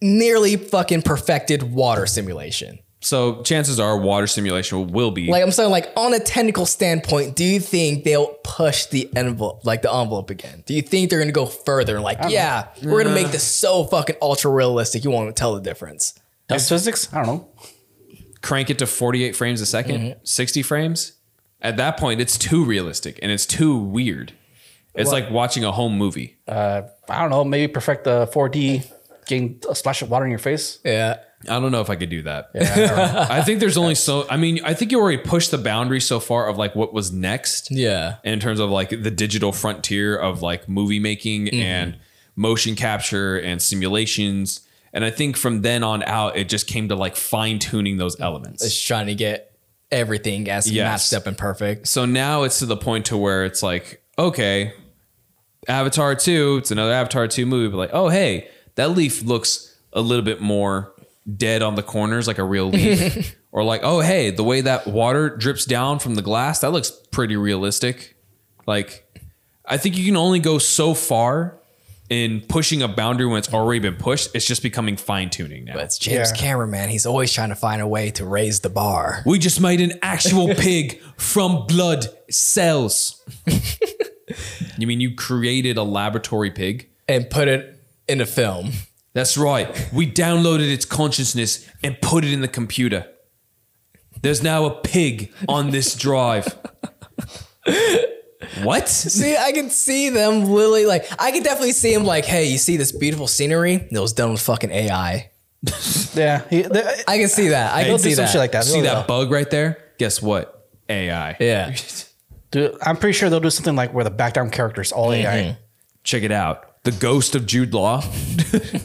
Speaker 2: nearly fucking perfected water simulation.
Speaker 3: So chances are water simulation will be.
Speaker 2: Like I'm saying, like on a technical standpoint, do you think they'll push the envelope, like the envelope again? Do you think they're gonna go further? Like, yeah, we're gonna make this so fucking ultra realistic. You won't tell the difference.
Speaker 1: Dust physics? I don't know.
Speaker 3: crank it to 48 frames a 2nd
Speaker 2: Mm-hmm.
Speaker 3: 60 frames. At that point, it's too realistic and it's too weird. It's like watching a home movie.
Speaker 1: I don't know. Maybe perfect the 4D, getting a splash of water in your face.
Speaker 2: Yeah,
Speaker 3: I don't know if I could do that. I think there's only so. I mean, I think you already pushed the boundary so far of like what was next.
Speaker 2: yeah.
Speaker 3: In terms of like the digital frontier of like movie making and motion capture and simulations. And I think from then on out, it just came to like fine tuning those elements.
Speaker 2: Just trying to get everything as
Speaker 3: Yes.
Speaker 2: matched up and perfect.
Speaker 3: So now it's to the point to where it's like, okay, Avatar 2, it's another Avatar 2 movie, but like, oh, hey, that leaf looks a little bit more dead on the corners, like a real leaf. or like, oh, hey, the way that water drips down from the glass, that looks pretty realistic. Like, I think you can only go so far in pushing a boundary when it's already been pushed. It's just becoming fine tuning now.
Speaker 2: But it's James
Speaker 1: Yeah.
Speaker 2: Cameron, man. He's always trying to find a way to raise the bar.
Speaker 3: we just made an actual pig from blood cells. you mean you created a laboratory pig?
Speaker 2: and put it in a film.
Speaker 3: That's right. We downloaded its consciousness and put it in the computer. There's now a pig on this drive. what?
Speaker 2: See, I can see them literally like I can definitely see him like, hey, you see this beautiful scenery? It was done with fucking AI.
Speaker 1: Yeah. He, the,
Speaker 2: I can see that. I
Speaker 1: he'll
Speaker 2: can
Speaker 1: do
Speaker 2: see
Speaker 1: some
Speaker 2: that.
Speaker 1: shit like that.
Speaker 3: See
Speaker 1: He'll-
Speaker 3: that bug right there? Guess what? AI.
Speaker 2: Yeah.
Speaker 1: Dude, I'm pretty sure they'll do something like where the background characters all
Speaker 3: Mm-hmm.
Speaker 1: AI.
Speaker 3: Check it out. The ghost of Jude Law.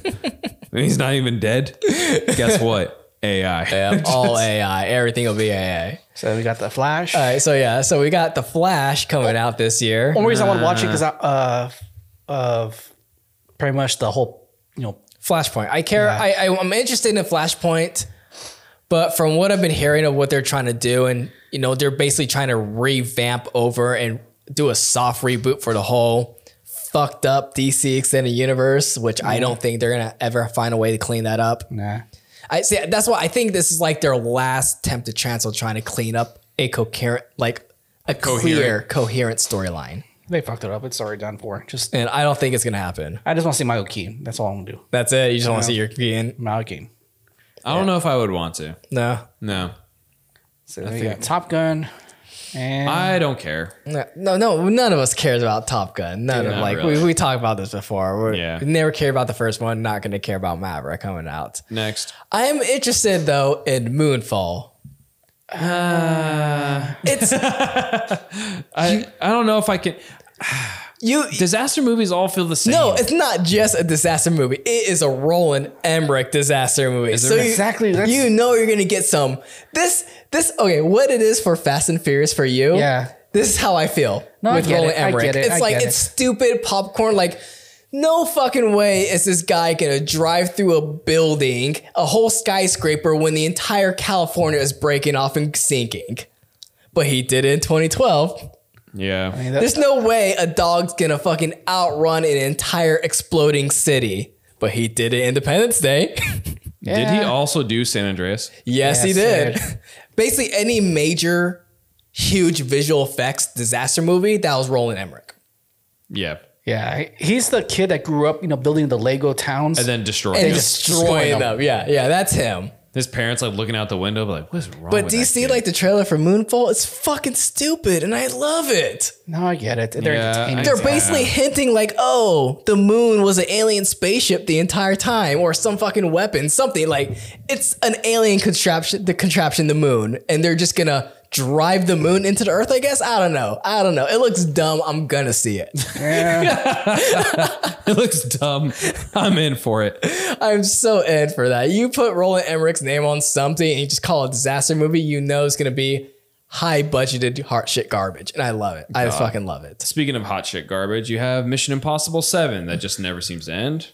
Speaker 3: He's not even dead. Guess what? AI.
Speaker 2: Yeah, all AI. Everything will be AI.
Speaker 1: So we got the Flash.
Speaker 2: All right, so yeah, so we got the Flash coming out this year.
Speaker 1: Uh, One reason I want to watch it because uh, of pretty much the whole you know
Speaker 2: Flashpoint. I care.
Speaker 1: Yeah.
Speaker 2: I, I I'm interested in Flashpoint, but from what I've been hearing of what they're trying to do, and you know, they're basically trying to revamp over and do a soft reboot for the whole fucked up DC extended universe, which I don't think they're gonna ever find a way to clean that up.
Speaker 1: Nah.
Speaker 2: I see. That's why I think this is like their last attempt at chance on trying to clean up a coherent, like a clear, coherent storyline.
Speaker 1: They fucked it up. It's already done for. Just
Speaker 2: And I don't think it's gonna happen.
Speaker 1: I just want to see Michael Keaton. That's all I'm gonna do.
Speaker 2: That's it. You just want to see your Keaton.
Speaker 1: Michael Keaton.
Speaker 3: I don't know if I would want to.
Speaker 2: No,
Speaker 3: No,
Speaker 1: So there you got Top Gun. And
Speaker 3: I don't care.
Speaker 2: no, no, no. None of us cares about Top Gun. None of
Speaker 3: not
Speaker 2: like we,
Speaker 3: really.
Speaker 2: we talked about this before. We're,
Speaker 3: Yeah.
Speaker 2: We never care about the first one. Not gonna care about Maverick coming out.
Speaker 3: Next,
Speaker 2: I am interested though in Moonfall.
Speaker 3: Uh.
Speaker 2: it's
Speaker 3: I, I don't know if I can.
Speaker 2: you.
Speaker 3: Disaster movies all feel the same.
Speaker 2: No, it's not just a disaster movie. It is a Roland Emmerich disaster movie. So you,
Speaker 1: Exactly, that's-
Speaker 2: you know you're gonna get some. This this okay. What it is for Fast and Furious for you?
Speaker 1: Yeah.
Speaker 2: This is how I feel
Speaker 1: No, I
Speaker 2: with
Speaker 1: get
Speaker 2: Roland
Speaker 1: it, I
Speaker 2: Emmerich.
Speaker 1: get it,
Speaker 2: It's
Speaker 1: I
Speaker 2: like
Speaker 1: get
Speaker 2: it's stupid popcorn. Like no fucking way is this guy gonna drive through a building, a whole skyscraper, when the entire California is breaking off and sinking. But he did it in 2012.
Speaker 3: Yeah.
Speaker 2: There's no way a dog's gonna fucking outrun an entire exploding city. But he did it Independence Day.
Speaker 3: Did he also do San Andreas?
Speaker 2: yes, he
Speaker 1: Yes,
Speaker 2: did.
Speaker 1: he
Speaker 2: Basically, any major, huge visual effects disaster movie that was Roland Emmerich.
Speaker 3: Yeah.
Speaker 1: yeah, he's the kid that grew up, you know, building the Lego towns.
Speaker 3: And then destroy.
Speaker 2: And
Speaker 3: him.
Speaker 2: destroying them. Yeah, yeah, that's him.
Speaker 3: His parents like looking out the window, like, "What's wrong?"
Speaker 2: But
Speaker 3: with Oh, that
Speaker 2: DC,
Speaker 3: kid?"
Speaker 2: like the trailer for Moonfall, it's fucking stupid, and I love it.
Speaker 1: no, I get it. They're
Speaker 3: Yeah,
Speaker 1: entertaining.
Speaker 3: I-
Speaker 2: They're basically hinting like, oh, the moon was an alien spaceship the entire time, or some fucking weapon, something like it's an alien contraption, the contraption, the moon, and they're just gonna drive the moon into the earth. I guess I don't know. I don't know. It looks dumb. I'm gonna see it.
Speaker 3: it looks dumb. I'm in for it.
Speaker 2: I'm so in for that. You put Roland Emmerich's name on something and you just call it a disaster movie. You know it's gonna be high budgeted heart shit garbage, and I love it. I fucking love it.
Speaker 3: Speaking of hot shit garbage, you have Mission Impossible Seven that just never seems to end.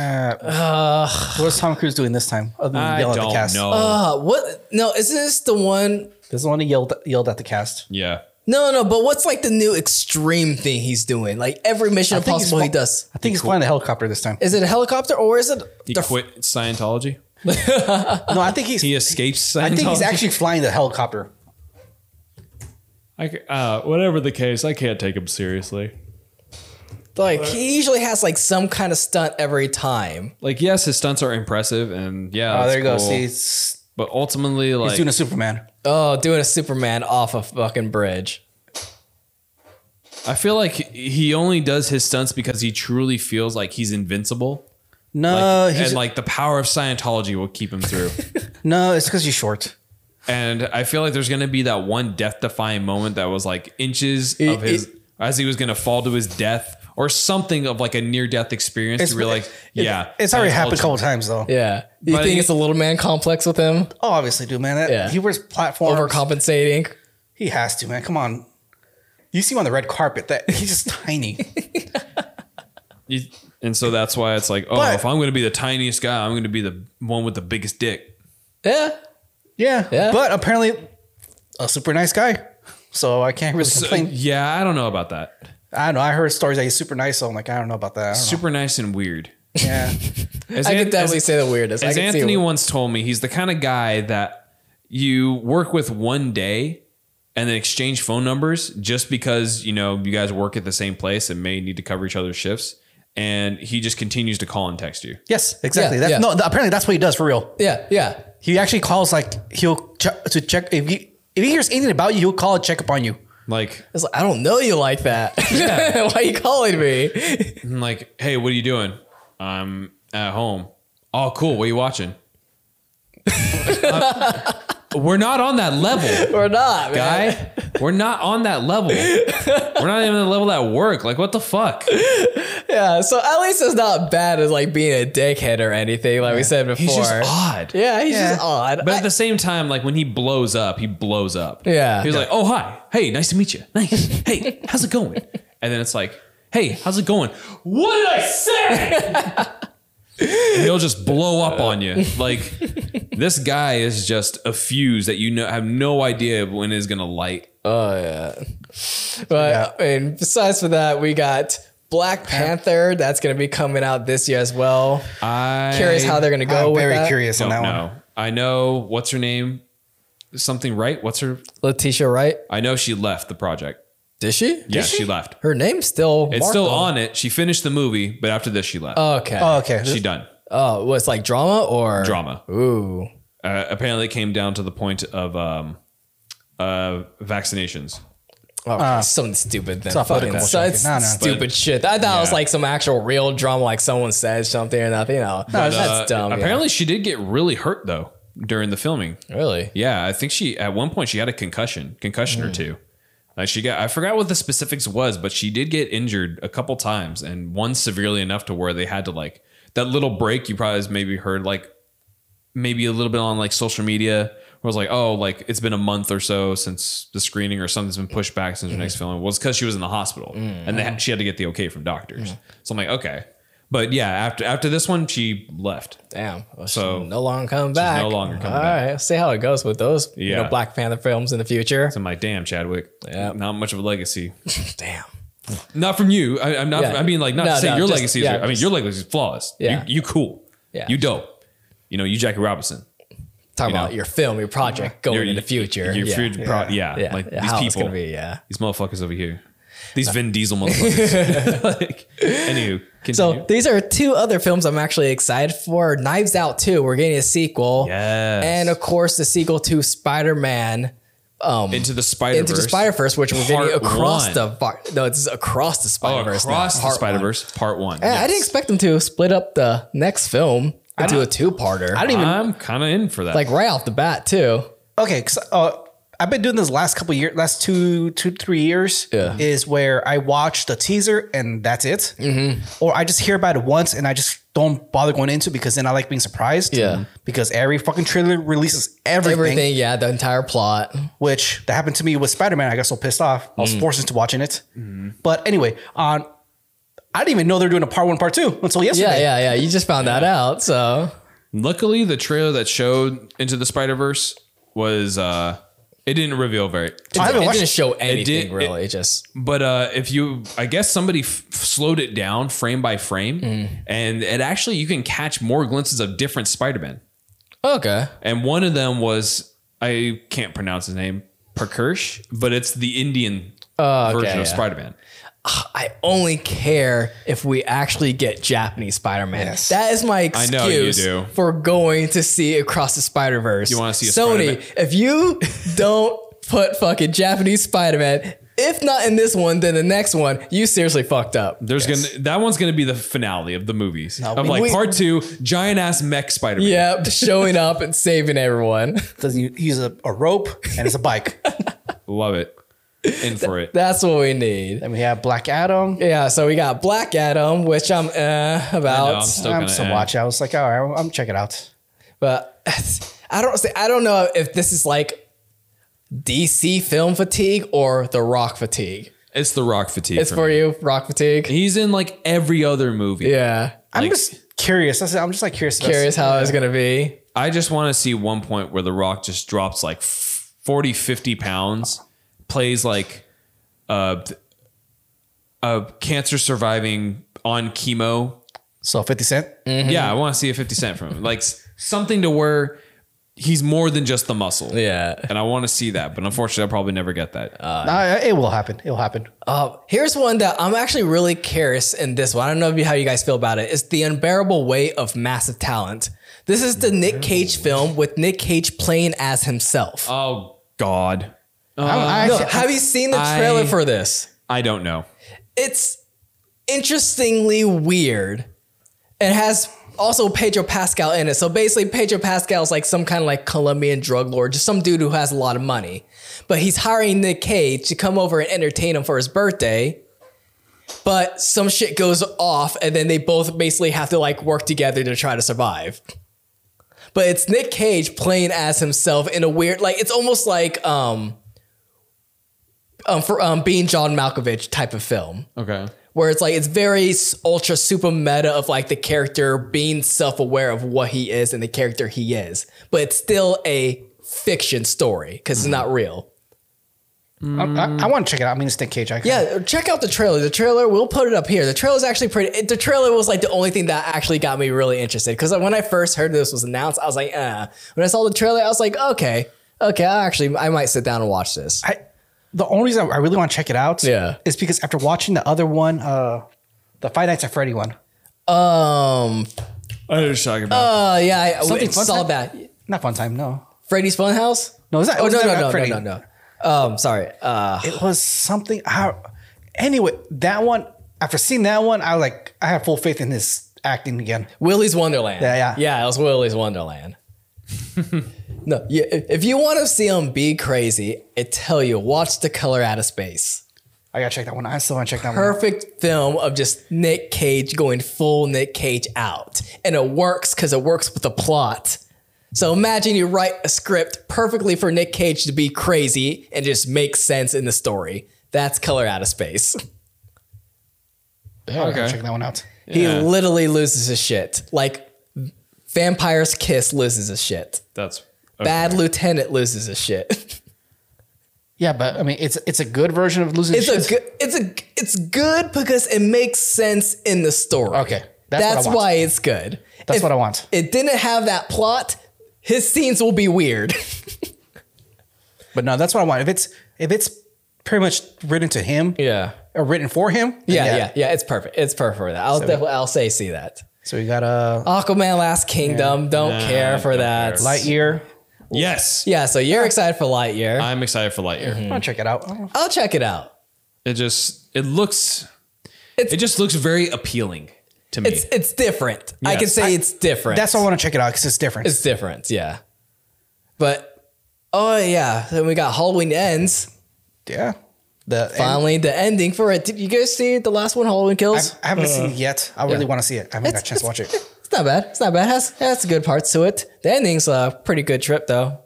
Speaker 1: What's Tom Cruise doing this time? Other than
Speaker 3: I
Speaker 1: yell at the
Speaker 3: don't
Speaker 1: cast.
Speaker 3: know.
Speaker 2: Uh, what? No, is this the one?
Speaker 1: This is the one he yelled yelled at the cast.
Speaker 3: yeah.
Speaker 2: No, no, but what's like the new extreme thing he's doing? Like every Mission
Speaker 1: I think he's
Speaker 2: Impossible he
Speaker 1: fly-
Speaker 2: does.
Speaker 1: I think he's flying the helicopter this time.
Speaker 2: Is it a helicopter or is it
Speaker 3: He
Speaker 2: the
Speaker 3: quit Scientology.
Speaker 1: No, I think he's.
Speaker 3: He escapes Scientology.
Speaker 1: I think he's actually flying the helicopter.
Speaker 3: I ca- uh, whatever the case, I can't take him seriously. Uh,
Speaker 2: like he usually has like some kind of stunt every time.
Speaker 3: Like, yes, his stunts are impressive, and yeah,
Speaker 1: Oh,
Speaker 3: that's
Speaker 1: there you go.
Speaker 3: cool.
Speaker 1: See, it's,
Speaker 3: but ultimately, like,
Speaker 1: he's doing a Superman.
Speaker 2: Oh, doing a Superman off a fucking bridge.
Speaker 3: I feel like he only does his stunts because he truly feels like he's invincible.
Speaker 1: No,
Speaker 3: Like,
Speaker 1: Uh, he's,
Speaker 3: and like the power of Scientology will keep him through.
Speaker 1: no, it's because he's short.
Speaker 3: and I feel like there's gonna be that one death-defying moment that was like inches of his as he was gonna fall to his death or something of like a near-death experience.
Speaker 1: It's-
Speaker 3: to be like, yeah,
Speaker 1: It's already happened a
Speaker 3: Scientology.
Speaker 1: couple times though.
Speaker 2: Yeah. You
Speaker 3: But
Speaker 2: think
Speaker 3: he-
Speaker 2: it's a little man complex with him?
Speaker 1: Oh, obviously, dude, man. That,
Speaker 2: Yeah.
Speaker 1: He wears platforms.
Speaker 2: Overcompensating.
Speaker 1: He has to, man. Come on. You see him on the red carpet. That he's just tiny.
Speaker 3: You- And so that's why it's like, oh,
Speaker 1: But-
Speaker 3: if I'm going to be the tiniest guy, I'm going to be the one with the biggest dick.
Speaker 2: Yeah.
Speaker 1: Yeah.
Speaker 2: Yeah.
Speaker 1: But apparently, a super nice guy. So I can't really
Speaker 3: So,
Speaker 1: complain.
Speaker 3: yeah, I don't know about that.
Speaker 1: I don't know. I heard stories that he's super nice. So I'm like, I don't know about that. I don't
Speaker 3: Super nice and weird.
Speaker 1: know. Yeah.
Speaker 3: As
Speaker 2: Uh-huh. I
Speaker 3: An-
Speaker 2: could definitely
Speaker 3: as,
Speaker 2: say the weirdest. I
Speaker 3: as
Speaker 2: can
Speaker 3: Anthony
Speaker 2: see
Speaker 3: once told me, he's the kind of guy that you work with one day and then exchange phone numbers just because you know you guys work at the same place and may need to cover each other's shifts. And he just continues to call and text you.
Speaker 1: yes. Exactly.
Speaker 2: Yeah,
Speaker 1: that's,
Speaker 2: yeah.
Speaker 1: No. th- Apparently, that's what he does for real.
Speaker 2: Yeah, yeah.
Speaker 1: He actually calls like he'll ch- to check if he if he hears anything about you, he'll call and check up on you.
Speaker 3: Like,
Speaker 2: It's like, I don't know you like that. Why you calling me?
Speaker 3: I'm like, hey, what are you doing? I'm at home. Oh, cool. What are you watching? Uh, we're not on that level,
Speaker 2: Or not, man.
Speaker 3: guy. We're not on that level. We're not even on the level at work. Like, what the fuck?
Speaker 2: Yeah, so at least it's not bad as like being a dickhead or anything, like we said before.
Speaker 3: He's just odd.
Speaker 2: Yeah, he's
Speaker 1: Yeah.
Speaker 2: just odd.
Speaker 3: But
Speaker 2: I-
Speaker 3: at the same time, like when he blows up, he blows up.
Speaker 2: Yeah.
Speaker 3: He's like, oh, hi. Hey, nice to meet you. Nice. Hey, how's it going? And then it's like, hey, how's it going? What did I say? And he'll just blow up on you. Like, this guy is just a fuse that you know have no idea when
Speaker 2: Oh,
Speaker 3: it's going to light.
Speaker 2: but I mean, besides for that, we got Black Panther, that's going to be coming out this year as well.
Speaker 3: I
Speaker 2: curious how they're going to go
Speaker 1: I'm
Speaker 2: with
Speaker 1: very
Speaker 2: that.
Speaker 1: curious
Speaker 3: don't
Speaker 1: on that
Speaker 3: know.
Speaker 1: one.
Speaker 3: I know what's her name, something right. What's her?
Speaker 2: Letitia Wright.
Speaker 3: I know she left the project.
Speaker 2: Did she? Did
Speaker 3: Yeah, she? left.
Speaker 2: Her name's still
Speaker 3: It's
Speaker 2: Marco.
Speaker 3: still on it. She finished the movie, but after this, she left.
Speaker 2: Okay.
Speaker 1: Oh, okay.
Speaker 3: she done
Speaker 2: oh, was like drama or
Speaker 3: drama.
Speaker 2: Ooh.
Speaker 3: Uh, apparently, it came down to the point of um, uh, vaccinations.
Speaker 2: Oh, something stupid then.
Speaker 1: Uh, not
Speaker 2: Fucking
Speaker 1: political
Speaker 2: such
Speaker 1: shit. No, no.
Speaker 2: stupid shit. I thought it was like some actual real drama, like someone said something or nothing. You know,
Speaker 3: But,
Speaker 2: that's
Speaker 3: uh,
Speaker 2: dumb. yeah.
Speaker 3: Apparently, she did get really hurt though during the filming.
Speaker 2: really.
Speaker 3: Yeah, I think she at one point she had a concussion, concussion or two. Like she got, I forgot what the specifics was, but she did get injured a couple times, and one severely enough to where they had to like that little break. You probably maybe heard like maybe a little bit on like social media where it was like, oh, like it's been a month or so since the screening or something's been pushed back since her next film was because she was in the hospital and they had, she had to get the okay from doctors. So I'm like, okay, but yeah, after after this one, she left.
Speaker 2: Damn. Well,
Speaker 3: So,
Speaker 2: so no longer coming back.
Speaker 3: no longer coming
Speaker 2: All
Speaker 3: back.
Speaker 2: right. See how it goes with those. You
Speaker 3: Yeah.
Speaker 2: know, Black Panther films in the future.
Speaker 3: So I'm like, damn, Chadwick,
Speaker 2: Yeah.
Speaker 3: not much of a legacy.
Speaker 2: Damn.
Speaker 3: Not from you. I, I'm not.
Speaker 2: Yeah.
Speaker 3: I mean, like, not
Speaker 2: No,
Speaker 3: to say
Speaker 2: no,
Speaker 3: your
Speaker 2: just-
Speaker 3: legacy is.
Speaker 2: yeah,
Speaker 3: I mean,
Speaker 2: just-
Speaker 3: your legacy is flawless.
Speaker 2: Yeah.
Speaker 3: You, you cool.
Speaker 2: Yeah.
Speaker 3: You dope. You know, you Jackie Robinson.
Speaker 2: Talking
Speaker 3: You know.
Speaker 2: about your film, your project going
Speaker 3: Your-
Speaker 2: in the future.
Speaker 3: Your
Speaker 2: yeah.
Speaker 3: future. Pro- yeah.
Speaker 2: Yeah.
Speaker 3: Like
Speaker 2: Yeah,
Speaker 3: these
Speaker 2: how it's
Speaker 3: people.
Speaker 2: gonna be, Uh. yeah.
Speaker 3: These motherfuckers over here. These Vin Diesel motherfuckers. like, anywho, continue.
Speaker 2: So these are two other films I'm actually excited for. Knives Out 2, we're getting a sequel.
Speaker 3: Yes.
Speaker 2: And of course the sequel to Spider-Man
Speaker 3: into the Spider
Speaker 2: Into the Spider-Verse, which we're getting
Speaker 3: Part
Speaker 2: across
Speaker 3: one.
Speaker 2: the var- no, it's across the
Speaker 3: Oh,
Speaker 2: Spider-Verse. now,
Speaker 3: across the
Speaker 2: part
Speaker 3: Spider
Speaker 2: one.
Speaker 3: Verse, part one.
Speaker 2: Yeah, I didn't
Speaker 3: Yes.
Speaker 2: expect them to split up the next film into a two-parter.
Speaker 1: I don't even
Speaker 3: I'm kind of in for that.
Speaker 2: like right off the bat too.
Speaker 1: okay. 'cause, uh, I've been doing this last couple years, last two, two, three years.
Speaker 2: Yeah.
Speaker 1: is where I watch the teaser and that's it,
Speaker 2: Mm-hmm.
Speaker 1: or I just hear about it once and I just don't bother going into it because then I like being surprised.
Speaker 2: Yeah.
Speaker 1: because every fucking trailer releases everything,
Speaker 2: Everything, yeah, the entire plot.
Speaker 1: which that happened to me with Spider Man. I got so pissed off,
Speaker 2: Mm.
Speaker 1: I was forced into watching it. But anyway, on. I didn't even know they were doing a part one, part two until yesterday.
Speaker 2: Yeah, yeah, yeah. You just found that out, so
Speaker 3: Luckily, the trailer that showed Into the Spider Verse was uh, it didn't reveal very.
Speaker 1: I haven't
Speaker 2: it
Speaker 1: watched
Speaker 2: didn't
Speaker 1: it.
Speaker 2: show anything
Speaker 3: did- it-
Speaker 2: really. just
Speaker 3: But uh, if you, I guess somebody f- slowed it down frame by frame,
Speaker 2: Mm.
Speaker 3: and it actually you can catch more glimpses of different Spider-Man.
Speaker 2: okay.
Speaker 3: And one of them was I can't pronounce his name, Prakersh, but it's the Indian version of
Speaker 2: Oh, yeah.
Speaker 3: Spider-Man.
Speaker 2: I only care if we actually get Japanese Spider Man.
Speaker 1: Yes.
Speaker 2: That is my
Speaker 3: I
Speaker 2: excuse
Speaker 3: know you do.
Speaker 2: for going to see Across the Spider Verse.
Speaker 3: You wanna see a
Speaker 2: Sony?
Speaker 3: Spider-Man.
Speaker 2: If you don't put fucking Japanese Spider Man, if not in this one, then the next one, you seriously fucked up.
Speaker 3: There's gonna that one's gonna be the finale of the movies. of
Speaker 2: we-
Speaker 3: like
Speaker 2: we-
Speaker 3: part two, giant ass mech Spider-Man.
Speaker 2: Yep, showing up and saving everyone.
Speaker 1: Doesn't u- use a, a rope and it's a bike.
Speaker 3: Love it. In for it.
Speaker 2: That's what we need.
Speaker 1: and we have Black Adam.
Speaker 2: Yeah, so we got Black Adam, which I'm uh,
Speaker 3: I
Speaker 2: about.
Speaker 3: know, I'm still
Speaker 1: I'm
Speaker 3: gonna
Speaker 1: still
Speaker 3: eh.
Speaker 1: watching. I was like, all right, I'm- I'm check it out.
Speaker 2: but I don't say I don't know if this is like DC film fatigue or The Rock fatigue.
Speaker 3: It's the rock fatigue.
Speaker 2: It's for
Speaker 3: me.
Speaker 2: you, Rock fatigue.
Speaker 3: He's in like every other movie.
Speaker 2: Yeah,
Speaker 1: I'm
Speaker 3: Like-
Speaker 1: just curious. That's it. I'm just like curious. about-
Speaker 2: curious how it's gonna be.
Speaker 3: I just want to see one point where The Rock just drops like f- 40, 50 pounds, plays like uh, a cancer surviving on chemo.
Speaker 1: So 50 Cent.
Speaker 2: Mm. Mm-hmm.
Speaker 3: Yeah, I want to see a 50 Cent from him. Like s- something to where he's more than just the muscle.
Speaker 2: Yeah.
Speaker 3: And I want to see that, but unfortunately, I'll probably never get that.
Speaker 1: Nah, it will happen. It will happen.
Speaker 2: Uh, here's one that I'm actually really curious in this one. I don't know if you- how you guys feel about it. It's the unbearable weight of massive talent. This is the Nick Cage film with Nick Cage playing as himself.
Speaker 3: oh, God.
Speaker 1: I, I
Speaker 2: Uh, No,
Speaker 1: actually-
Speaker 2: have you seen the trailer
Speaker 3: I-
Speaker 2: for this?
Speaker 3: I don't know.
Speaker 2: it's interestingly weird and has also Pedro Pascal in it. So basically, Pedro Pascal is like some kind of like Colombian drug lord, just some dude who has a lot of money. But he's hiring Nick Cage to come over and entertain him for his birthday. But some shit goes off, and then they both basically have to like work together to try to survive. But it's Nick Cage playing as himself in a weird, like it's almost like um, um for um being John Malkovich type of film
Speaker 3: Okay.
Speaker 2: where it's like it's very s- ultra super meta of like the character being self-aware of what he is and the character he is but it's still a fiction story because it's not real
Speaker 1: I, I, I want to check it out. I mean, it's Nick Cage. I
Speaker 2: Yeah, check out the trailer. The trailer, we'll put it up here. The trailer is actually pretty. it- The trailer was like the only thing that actually got me really interested because when I first heard this was announced, I was like, uh. When I saw the trailer, I was like, okay, okay, I actually I might sit down and watch this.
Speaker 1: I, the only reason I really want to check it out
Speaker 2: Yeah.
Speaker 1: is because after watching the other one, uh, the Five Nights at Freddy one,
Speaker 2: Um,
Speaker 3: I know what you're talking about.
Speaker 2: uh, yeah, I
Speaker 1: Something
Speaker 2: w-
Speaker 1: fun
Speaker 2: saw
Speaker 1: time?
Speaker 2: that.
Speaker 1: not Fun Time, no,
Speaker 2: Freddy's Funhouse.
Speaker 1: no, it's not.
Speaker 2: Oh
Speaker 1: it was
Speaker 2: no
Speaker 1: not
Speaker 2: no no, no
Speaker 1: Freddy.
Speaker 2: no no Um, sorry. Uh,
Speaker 1: It was something. I, anyway, that one. After seeing that one, I was like, I have full faith in his acting again.
Speaker 2: Willy's Wonderland.
Speaker 1: Yeah, yeah.
Speaker 2: yeah. It was Willy's Wonderland. no, yeah, if if you want to see him be crazy, I tell you, watch The Color Out of Space.
Speaker 1: I gotta check that one. I still want to check that one.
Speaker 2: perfect film of just Nick Cage going full Nick Cage out. And it works because it works with the plot. So imagine you write a script perfectly for Nick Cage to be crazy and just make sense in the story. That's color out of space.
Speaker 1: Yeah, I gotta
Speaker 3: Okay.
Speaker 1: check that one out.
Speaker 2: He literally loses his shit. Like Vampire's Kiss loses his shit.
Speaker 3: That's
Speaker 2: Bad Lieutenant loses his shit.
Speaker 1: Yeah, but I mean, it's it's a good version of losing.
Speaker 2: It's
Speaker 1: Shit.
Speaker 2: a good it's a it's good because it makes sense in the story.
Speaker 1: Okay, that's
Speaker 2: That's,
Speaker 1: what I want.
Speaker 2: why it's good.
Speaker 1: That's
Speaker 2: If-
Speaker 1: what I want.
Speaker 2: it didn't have that plot, his scenes will be weird.
Speaker 1: But no, that's what I want. If it's if it's pretty much written to him
Speaker 2: Yeah.
Speaker 1: or written for him, then
Speaker 2: Yeah, yeah, yeah, It's perfect. It's perfect for that. I'll definitely, I'll say see that.
Speaker 1: So we got uh, a
Speaker 2: Aquaman Last Kingdom. Don't care for that.
Speaker 1: Lightyear.
Speaker 3: oh, yes.
Speaker 2: Yeah, Mm-hmm. so you're excited for Lightyear.
Speaker 3: I'm excited for Lightyear.
Speaker 1: I want to check it out.
Speaker 2: I'll check it out.
Speaker 3: It just it looks
Speaker 2: It's-
Speaker 3: it just looks very appealing to me.
Speaker 2: It's it's different. I can
Speaker 3: Yes.
Speaker 2: say it's different.
Speaker 1: That's why I want to check it out because it's different.
Speaker 2: It's different, yeah. But oh yeah, then we got Halloween ends.
Speaker 1: yeah. The and
Speaker 2: Finally, the ending for it. Did you guys see the last one, Halloween
Speaker 1: I,
Speaker 2: Kills?
Speaker 1: I haven't seen it yet. I really
Speaker 2: yeah.
Speaker 1: want to see it. I haven't got a
Speaker 2: It's-
Speaker 1: chance to watch it.
Speaker 2: It's not bad. It's not bad. Has has good parts to it. The ending's a pretty good trip though.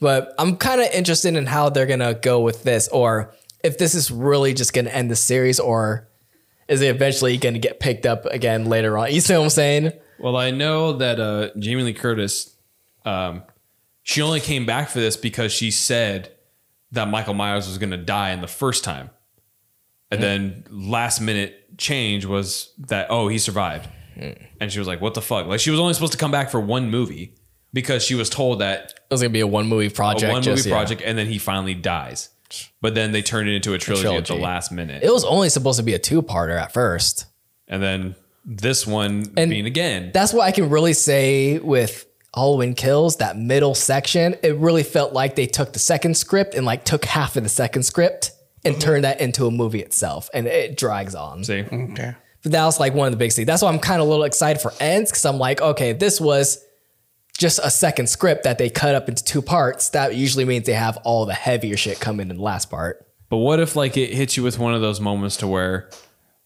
Speaker 2: But I'm kind of interested in how they're gonna go with this, or if this is really just gonna end the series, or is it eventually gonna get picked up again later on? You see what I'm saying?
Speaker 3: well, I know that uh Jamie Lee Curtis um she only came back for this because she said that Michael Myers was going to die in the first time. And
Speaker 2: Hmm.
Speaker 3: then last minute change was that oh, he survived.
Speaker 2: Hmm.
Speaker 3: And she was like, "What the fuck?" Like she was only supposed to come back for one movie because she was told that
Speaker 2: It was gonna be a one movie project.
Speaker 3: a one
Speaker 2: just-
Speaker 3: movie
Speaker 2: yeah.
Speaker 3: project and then he finally dies. But then they turned it into a trilogy, at the
Speaker 2: trilogy.
Speaker 3: last minute.
Speaker 2: It was only supposed to be a two parter at first.
Speaker 3: and then this one
Speaker 2: And
Speaker 3: being again.
Speaker 2: That's what I can really say with Halloween Kills, that middle section, it really felt like they took the second script and like took half of the second script
Speaker 1: Mm-hmm.
Speaker 2: and turned that into a movie itself. And it drags on.
Speaker 3: see,
Speaker 1: Okay.
Speaker 2: But that was like one of the big things. That's why I'm kind of a little excited for ends because I'm like, okay, this was just a second script that they cut up into two parts. That usually means they have all the heavier shit come in in the last part.
Speaker 3: but what if like it hits you with one of those moments to where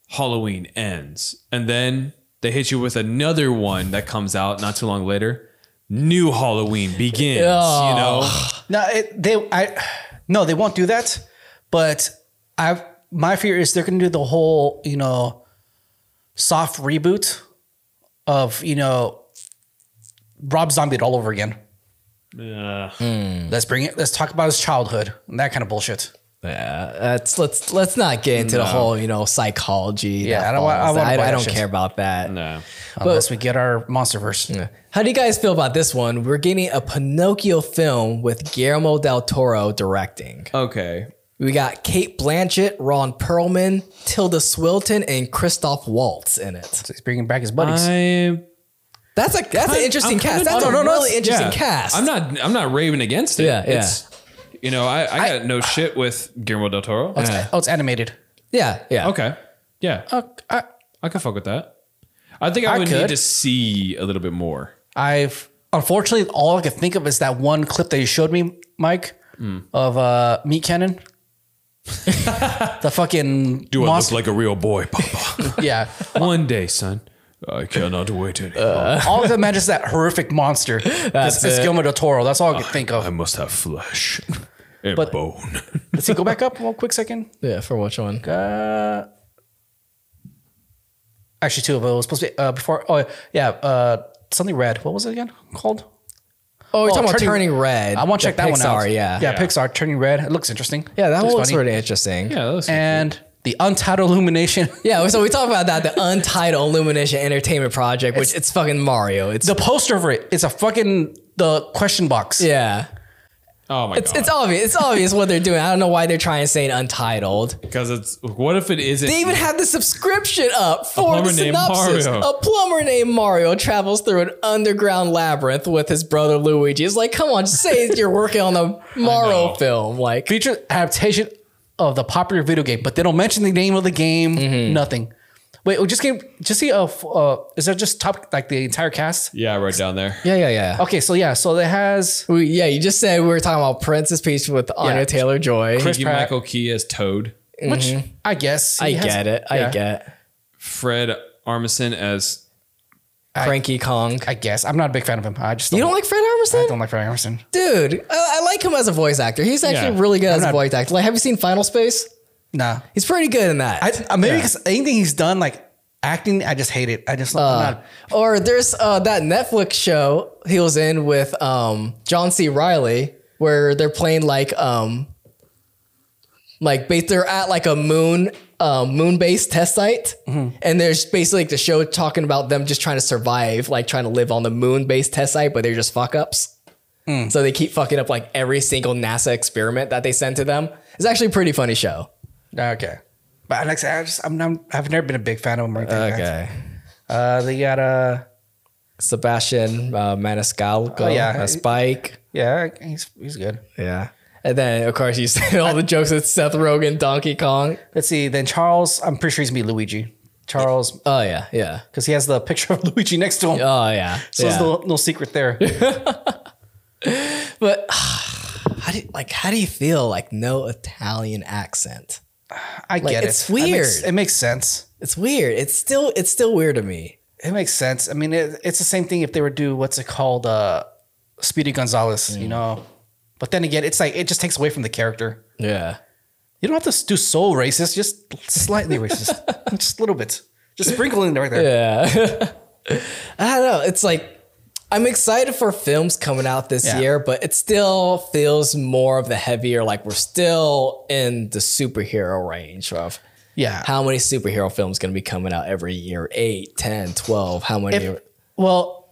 Speaker 3: Halloween ends, and then they hit you with another one that comes out not too long later. New Halloween begins. You know,
Speaker 1: No, it, they I no, they won't do that. But I my fear is they're going to do the whole you know soft reboot of you know Rob Zombie it all over again. Let's bring it. Let's talk about his childhood and that kind of bullshit.
Speaker 2: Yeah, that's let's let's not get into the whole you know psychology.
Speaker 1: Yeah,
Speaker 2: that
Speaker 1: I don't wa- I
Speaker 2: falls.
Speaker 1: wanna
Speaker 2: I,
Speaker 1: buy
Speaker 2: I
Speaker 1: that
Speaker 2: don't
Speaker 1: shit.
Speaker 2: care about that.
Speaker 3: no.
Speaker 1: Unless we get our MonsterVerse.
Speaker 2: How do you guys feel about this one? We're getting a Pinocchio film with Guillermo del Toro directing.
Speaker 3: Okay.
Speaker 2: We got Kate Blanchett, Ron Perlman, Tilda Swilton, and Christoph Waltz in it.
Speaker 1: So he's bringing back his buddies.
Speaker 3: I
Speaker 2: That's a that's an interesting
Speaker 3: I'm
Speaker 2: cast.
Speaker 3: kinda-
Speaker 2: That's
Speaker 3: no,
Speaker 2: a
Speaker 3: no, no,
Speaker 2: really interesting
Speaker 3: yeah.
Speaker 2: cast.
Speaker 3: I'm not. I'm not raving against it.
Speaker 2: Yeah, yeah.
Speaker 3: you know, I, I got no shit with Guillermo del Toro.
Speaker 1: oh, it's animated.
Speaker 2: Yeah, yeah.
Speaker 3: Okay. Yeah. I, I could fuck with that. I think I,
Speaker 1: I
Speaker 3: would
Speaker 1: could.
Speaker 3: need to see a little bit more.
Speaker 1: I've unfortunately all I can think of is that one clip that you showed me, Mike, of uh, Meat Cannon. the fucking monster.
Speaker 3: like a real boy, Papa?
Speaker 1: yeah.
Speaker 3: One day, son. I cannot wait any.
Speaker 1: All I can imagine is that horrific monster. That's it's Guillermo del Toro. That's all I can think of.
Speaker 3: must have flesh and
Speaker 1: But-
Speaker 3: bone.
Speaker 1: Let's see. Go back up one quick second.
Speaker 2: Yeah, for which one?
Speaker 1: Uh, actually, two of them. It was supposed to be uh, before. Oh yeah, uh, something red. What was it again called?
Speaker 2: Oh, you're talking about Turning Red.
Speaker 1: I want to
Speaker 2: The
Speaker 1: check that one out.
Speaker 2: Pixar, yeah.
Speaker 1: yeah, Pixar Turning Red. It looks interesting.
Speaker 2: Yeah, that
Speaker 1: Looks
Speaker 2: was
Speaker 1: funny.
Speaker 2: sort of interesting.
Speaker 3: Yeah, that was
Speaker 1: And the Untitled Illumination.
Speaker 2: Yeah, so we talked about that, the Untitled Illumination Entertainment Project, which it's, fucking Mario. It's
Speaker 1: The poster for it is a fucking the question box.
Speaker 2: yeah.
Speaker 3: oh my
Speaker 2: It's
Speaker 3: god,
Speaker 2: it's obvious. It's obvious what they're doing. I don't know why they're trying to say Untitled.
Speaker 3: because it's what if it isn't?
Speaker 2: They even had the subscription up for the
Speaker 3: plumber named
Speaker 2: synopsis.
Speaker 3: Mario.
Speaker 2: A plumber named Mario travels through an underground labyrinth with his brother Luigi. It's like, come on, just say you're working on a Mario
Speaker 3: know.
Speaker 2: film. Like,
Speaker 1: Feature adaptation of the popular video game, but they don't mention the name of the game.
Speaker 2: Mm-hmm.
Speaker 1: Nothing. Wait, we just came. Just see. Uh, f- uh, is that just top like the entire cast?
Speaker 3: yeah, right down there.
Speaker 2: yeah, yeah, yeah.
Speaker 1: Okay, so yeah, so it has
Speaker 2: We, yeah, you just said we were talking about Princess Peach with Anya
Speaker 1: Yeah.
Speaker 2: Taylor Joy.
Speaker 3: Thank you,
Speaker 1: Pratt.
Speaker 3: Michael Key as Toad,
Speaker 1: which I guess
Speaker 2: Mm-hmm. I
Speaker 1: has-
Speaker 2: get it. I
Speaker 1: yeah.
Speaker 2: get
Speaker 3: Fred Armisen as
Speaker 2: Cranky Kong.
Speaker 1: I guess I'm not a big fan of him. I just
Speaker 2: you don't like Fred Armisen?
Speaker 1: I don't like Fred Armisen.
Speaker 2: Dude, I, I like him as a voice actor. He's actually
Speaker 3: Yeah.
Speaker 2: really good as a
Speaker 1: not-
Speaker 2: voice actor. Like, have you seen Final Space?
Speaker 1: Nah,
Speaker 2: He's pretty good in that.
Speaker 1: I uh, maybe because anything he's done like acting, I just hate it. I just I'm not.
Speaker 2: or there's uh, that Netflix show he was in with um, John C. Riley, where they're playing like um, like ba- they're at like a moon um, moon based test site, and there's basically like the show talking about them just trying to survive, like trying to live on the moon based test site, but they're just fuck ups. So they keep fucking up like every single NASA experiment that they send to them. It's actually a pretty funny show.
Speaker 1: Okay. But like I said, I just I'm, not- I've never been a big fan of him. Or anything like that. Uh, they got uh
Speaker 2: Sebastian uh, Maniscalco,
Speaker 1: Oh, yeah.
Speaker 2: uh, Spike.
Speaker 1: yeah, he's he's good.
Speaker 2: Yeah. And then, of course, you said all the jokes with Seth Rogen, Donkey Kong.
Speaker 1: Let's see. Then Charles, I'm pretty sure he's gonna be Luigi. Charles,
Speaker 2: Oh, yeah. Yeah.
Speaker 1: because he has the picture of Luigi next to him.
Speaker 2: Oh, yeah.
Speaker 1: So
Speaker 2: yeah.
Speaker 1: there's no, no secret there.
Speaker 2: but how do you, like, how do you feel like no Italian accent?
Speaker 1: I get it.
Speaker 2: it's
Speaker 1: It makes-
Speaker 2: weird.
Speaker 1: It makes, sense.
Speaker 2: It's weird. It's still, it's still weird to me.
Speaker 1: It makes sense. I mean, it, it's the same thing if they were to do what's it called, uh, Speedy Gonzalez, you
Speaker 2: Mm.
Speaker 1: know. But then again, it's like it just takes away from the character.
Speaker 2: Yeah.
Speaker 1: You don't have to do so racist, just slightly racist, just a little bit, just sprinkle in right there.
Speaker 2: I don't know. It's like, I'm excited for films coming out this
Speaker 1: Yeah.
Speaker 2: year, but it still feels more of the heavier, like we're still in the superhero range of
Speaker 1: Yeah.
Speaker 2: how many superhero films going to be coming out every year? 8, 10, 12, how many?
Speaker 1: If- well,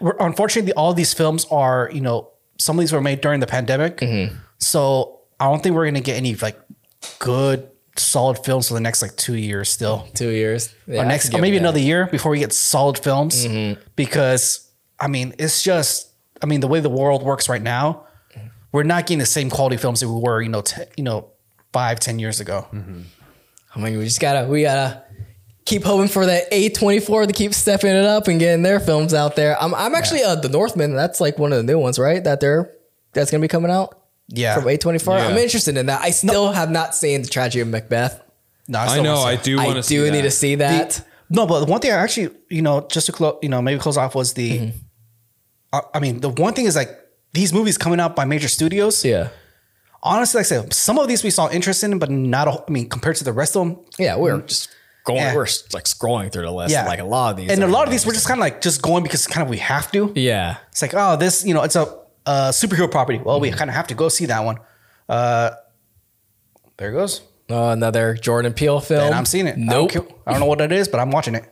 Speaker 1: we're, unfortunately, all these films are, you know, some of these were made during the pandemic.
Speaker 2: Mm-hmm.
Speaker 1: So I don't think we're going to get any like good, solid films for the next like two years still.
Speaker 2: two years. Yeah,
Speaker 1: or
Speaker 2: I
Speaker 1: next,
Speaker 2: could
Speaker 1: or
Speaker 2: give
Speaker 1: maybe
Speaker 2: it that. Mm-hmm.
Speaker 1: another year before we get solid films. Because, I mean, it's just, I mean, the way the world works right now, we're not getting the same quality films that we were, you know, te- you know, five, ten years ago.
Speaker 3: Mm-hmm.
Speaker 2: I mean, we just gotta we gotta keep hoping for that A twenty four to keep stepping it up and getting their films out there. I'm I'm actually uh, the Northman. That's like one of the new ones, right? That they're that's gonna be coming out
Speaker 1: Yeah.
Speaker 2: from A twenty four. I'm
Speaker 3: Yeah.
Speaker 2: interested in that. I still have not seen the tragedy of Macbeth.
Speaker 1: No,
Speaker 3: I
Speaker 1: still
Speaker 3: know.
Speaker 1: wanna
Speaker 3: I
Speaker 1: see
Speaker 3: do want
Speaker 2: I
Speaker 3: to
Speaker 2: do
Speaker 3: see. that.
Speaker 2: need to see that.
Speaker 1: No, but the one thing I actually, you know, just to close, you know, maybe close off was the.
Speaker 2: Mm-hmm.
Speaker 1: I, I mean, the one thing is like these movies coming out by major studios.
Speaker 2: yeah,
Speaker 1: Honestly, like I said, some of these we saw interest in, but not. A, I mean, compared to the rest of them,
Speaker 2: yeah, we're
Speaker 1: Mm.
Speaker 2: just going.
Speaker 1: Yeah.
Speaker 2: We're s- like scrolling through the list.
Speaker 1: yeah,
Speaker 2: like a lot of these,
Speaker 1: and a
Speaker 2: are
Speaker 1: lot of these we're
Speaker 2: amazing.
Speaker 1: just kind of like just going because kind of we have to.
Speaker 2: yeah.
Speaker 1: It's like, oh, this, you know, it's a uh, superhero property. Well,
Speaker 2: Mm-hmm.
Speaker 1: we kind of have to go see that one. Uh, there it goes.
Speaker 2: Oh, another Jordan Peele film.
Speaker 1: and I'm seeing it.
Speaker 2: Nope.
Speaker 1: I don't, care- I don't know what that is, but I'm watching it.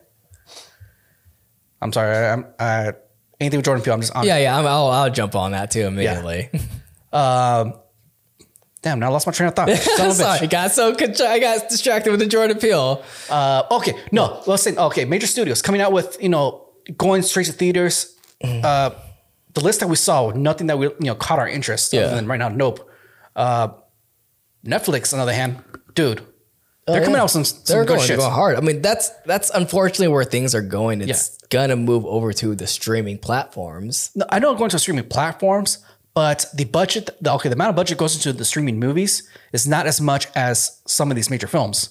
Speaker 1: I'm sorry. I- I'm uh, anything with Jordan Peele. I'm just on. it.
Speaker 2: yeah, yeah. I'm, I'll, I'll jump on that too immediately.
Speaker 1: Damn, now I lost my train of thought. Son of a
Speaker 2: Sorry, I
Speaker 1: bitch.
Speaker 2: got so contra- I got distracted with the Jordan Peele.
Speaker 1: Uh, okay, no, let's say okay. Major studios coming out with you know going straight to theaters.
Speaker 2: Mm.
Speaker 1: Uh, the list that we saw, nothing that we you know caught our interest.
Speaker 2: Yeah.
Speaker 1: Other than right now, nope. Uh, Netflix, on the other hand, dude, they're coming
Speaker 2: Oh, yeah.
Speaker 1: out with some, some
Speaker 2: They're
Speaker 1: good
Speaker 2: going to
Speaker 1: shit.
Speaker 2: go hard. I mean, that's that's unfortunately where things are going. It's gonna move over to the streaming platforms.
Speaker 1: No, I know going to streaming platforms, but the budget, the, okay, the amount of budget goes into the streaming movies is not as much as some of these major films.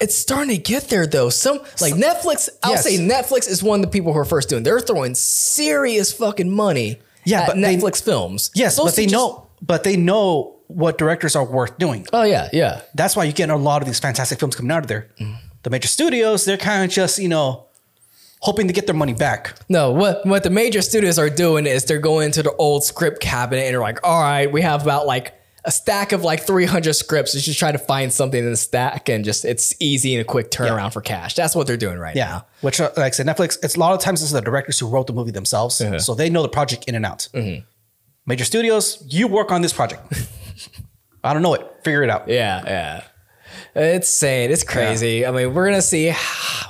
Speaker 2: It's starting to get there though. Some like Netflix, I'll
Speaker 1: Yes.
Speaker 2: say Netflix is one of the people who are first doing. They're throwing serious fucking money.
Speaker 1: Yeah,
Speaker 2: at
Speaker 1: but they-
Speaker 2: Netflix films.
Speaker 1: Yes,
Speaker 2: Those
Speaker 1: but they
Speaker 2: just-
Speaker 1: know, but they know what directors are worth doing.
Speaker 2: Oh yeah, yeah.
Speaker 1: that's
Speaker 2: Mm.
Speaker 1: why you get a lot of these fantastic films coming out of there. The major studios, they're kind of just, you know, hoping to get their money back.
Speaker 2: No, what what the major studios are doing is they're going into the old script cabinet and they're like, all right, we have about like a stack of like 300 scripts. Let's just try to find something in the stack and just it's easy and a quick turnaround for cash. That's what they're doing right
Speaker 1: Yeah.
Speaker 2: now.
Speaker 1: Which, uh, like I said, Netflix, it's a lot of times it's the directors who wrote the movie themselves.
Speaker 2: Uh-huh.
Speaker 1: So they know the project in and out.
Speaker 2: Mm-hmm.
Speaker 1: Major studios, you work on this project. I don't know it. Figure it out.
Speaker 2: Yeah, yeah. It's insane. It's crazy. I mean, we're gonna see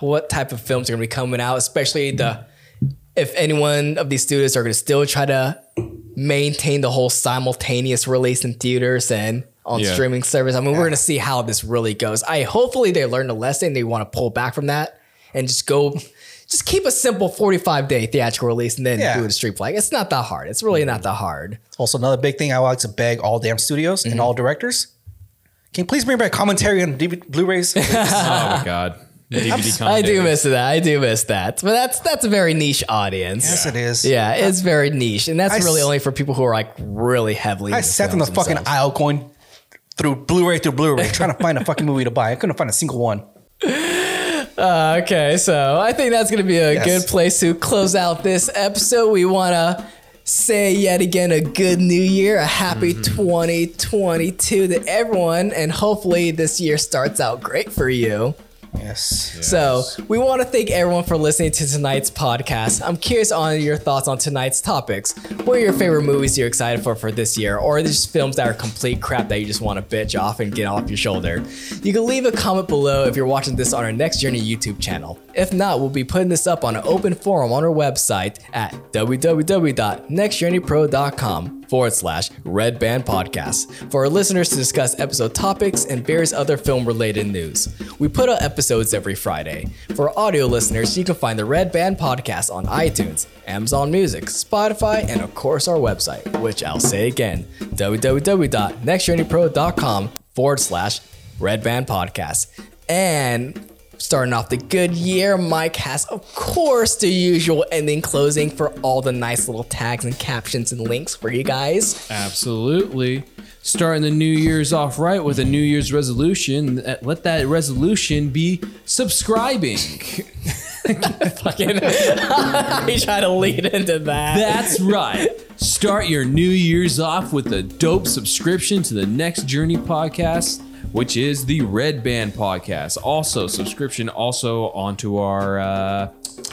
Speaker 2: what type of films are gonna be coming out, especially the if anyone of these studios are gonna still try to maintain the whole simultaneous release in theaters and on
Speaker 3: Yeah.
Speaker 2: streaming service. I mean, we're gonna see how this really goes. I hopefully they learned a lesson. They want to pull back from that and just go. Just keep a simple 45 day theatrical release and then
Speaker 1: Yeah.
Speaker 2: do it a street flag. It's not that hard. It's really not that hard.
Speaker 1: Also, another big thing I would like to beg all damn studios and all directors can you please bring back commentary on DVD, Blu-rays?
Speaker 3: Oh my god. DVD
Speaker 2: I do
Speaker 3: commentators.
Speaker 2: miss that. I do miss that. But that's that's a very niche audience.
Speaker 1: yes, it is.
Speaker 2: Yeah, it's very niche, and that's
Speaker 1: I
Speaker 2: really
Speaker 1: s-
Speaker 2: only for people who are like really heavily.
Speaker 1: I
Speaker 2: into
Speaker 1: sat in the
Speaker 2: films
Speaker 1: fucking
Speaker 2: themselves.
Speaker 1: aisle going through Blu-ray through Blu-ray trying to find a fucking movie to buy. I couldn't find a single one.
Speaker 2: Okay, so I think that's gonna be a
Speaker 1: Yes.
Speaker 2: good place to close out this episode. We wanna say yet again a good new year, a happy 2022 to everyone, and hopefully this year starts out great for you.
Speaker 1: Yes.
Speaker 2: So we want to thank everyone for listening to tonight's podcast. I'm curious on your thoughts on tonight's topics. What are your favorite movies you're excited for for this year, or are there just films that are complete crap that you just want to bitch off and get off your shoulder? You can leave a comment below if you're watching this on our Next Journey YouTube channel. If not, we'll be putting this up on an open forum on our website at www.nextjourneypro.com forward slash Red Band Podcast for our listeners to discuss episode topics and various other film related news. We put out episodes every Friday. For audio listeners, you can find the Red Band Podcast on iTunes, Amazon Music, Spotify, and of course our website, which I'll say again www.nextjourneypro.com forward slash Red Band Podcast. And Starting off the good year, Mike has, of course, the usual ending closing for all the nice little tags and captions and links for you guys.
Speaker 3: Absolutely. Starting the New Year's off right with a New Year's resolution. Uh, Let that resolution be subscribing.
Speaker 2: Fucking, I try to lead into that.
Speaker 3: That's right. Start your New Year's off with a dope subscription to the Next Journey podcast, which is the Red Band podcast. Also, subscription also onto our. Uh,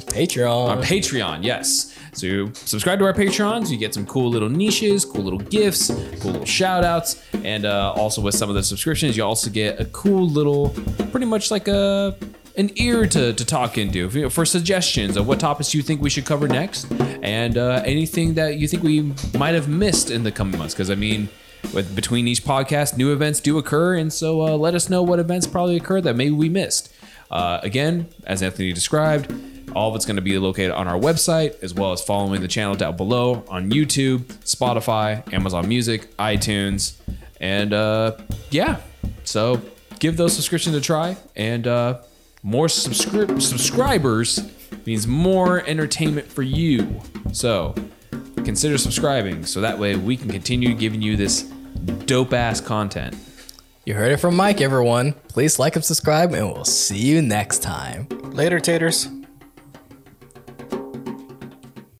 Speaker 2: Patreon.
Speaker 3: our Patreon, yes. So you subscribe to our Patreons, you get some cool little niches, cool little gifts, cool little shout outs, and uh, also with some of the subscriptions, you also get a cool little, pretty much like a an ear to, to talk into if you- for suggestions of what topics you think we should cover next and uh, anything that you think we might have missed in the coming months. Because I mean, with between each podcast, new events do occur, and so uh, let us know what events probably occurred that maybe we missed. Uh, again, as Anthony described, all of it's going to be located on our website, as well as following the channel down below on YouTube, Spotify, Amazon Music, iTunes, and uh, yeah. So give those subscriptions a try, and uh, more subscri- subscribers means more entertainment for you. So consider subscribing, so that way we can continue giving you this dope ass content.
Speaker 2: You heard it from Mike, everyone. Please like and subscribe, and we'll see you next time.
Speaker 1: Later, taters.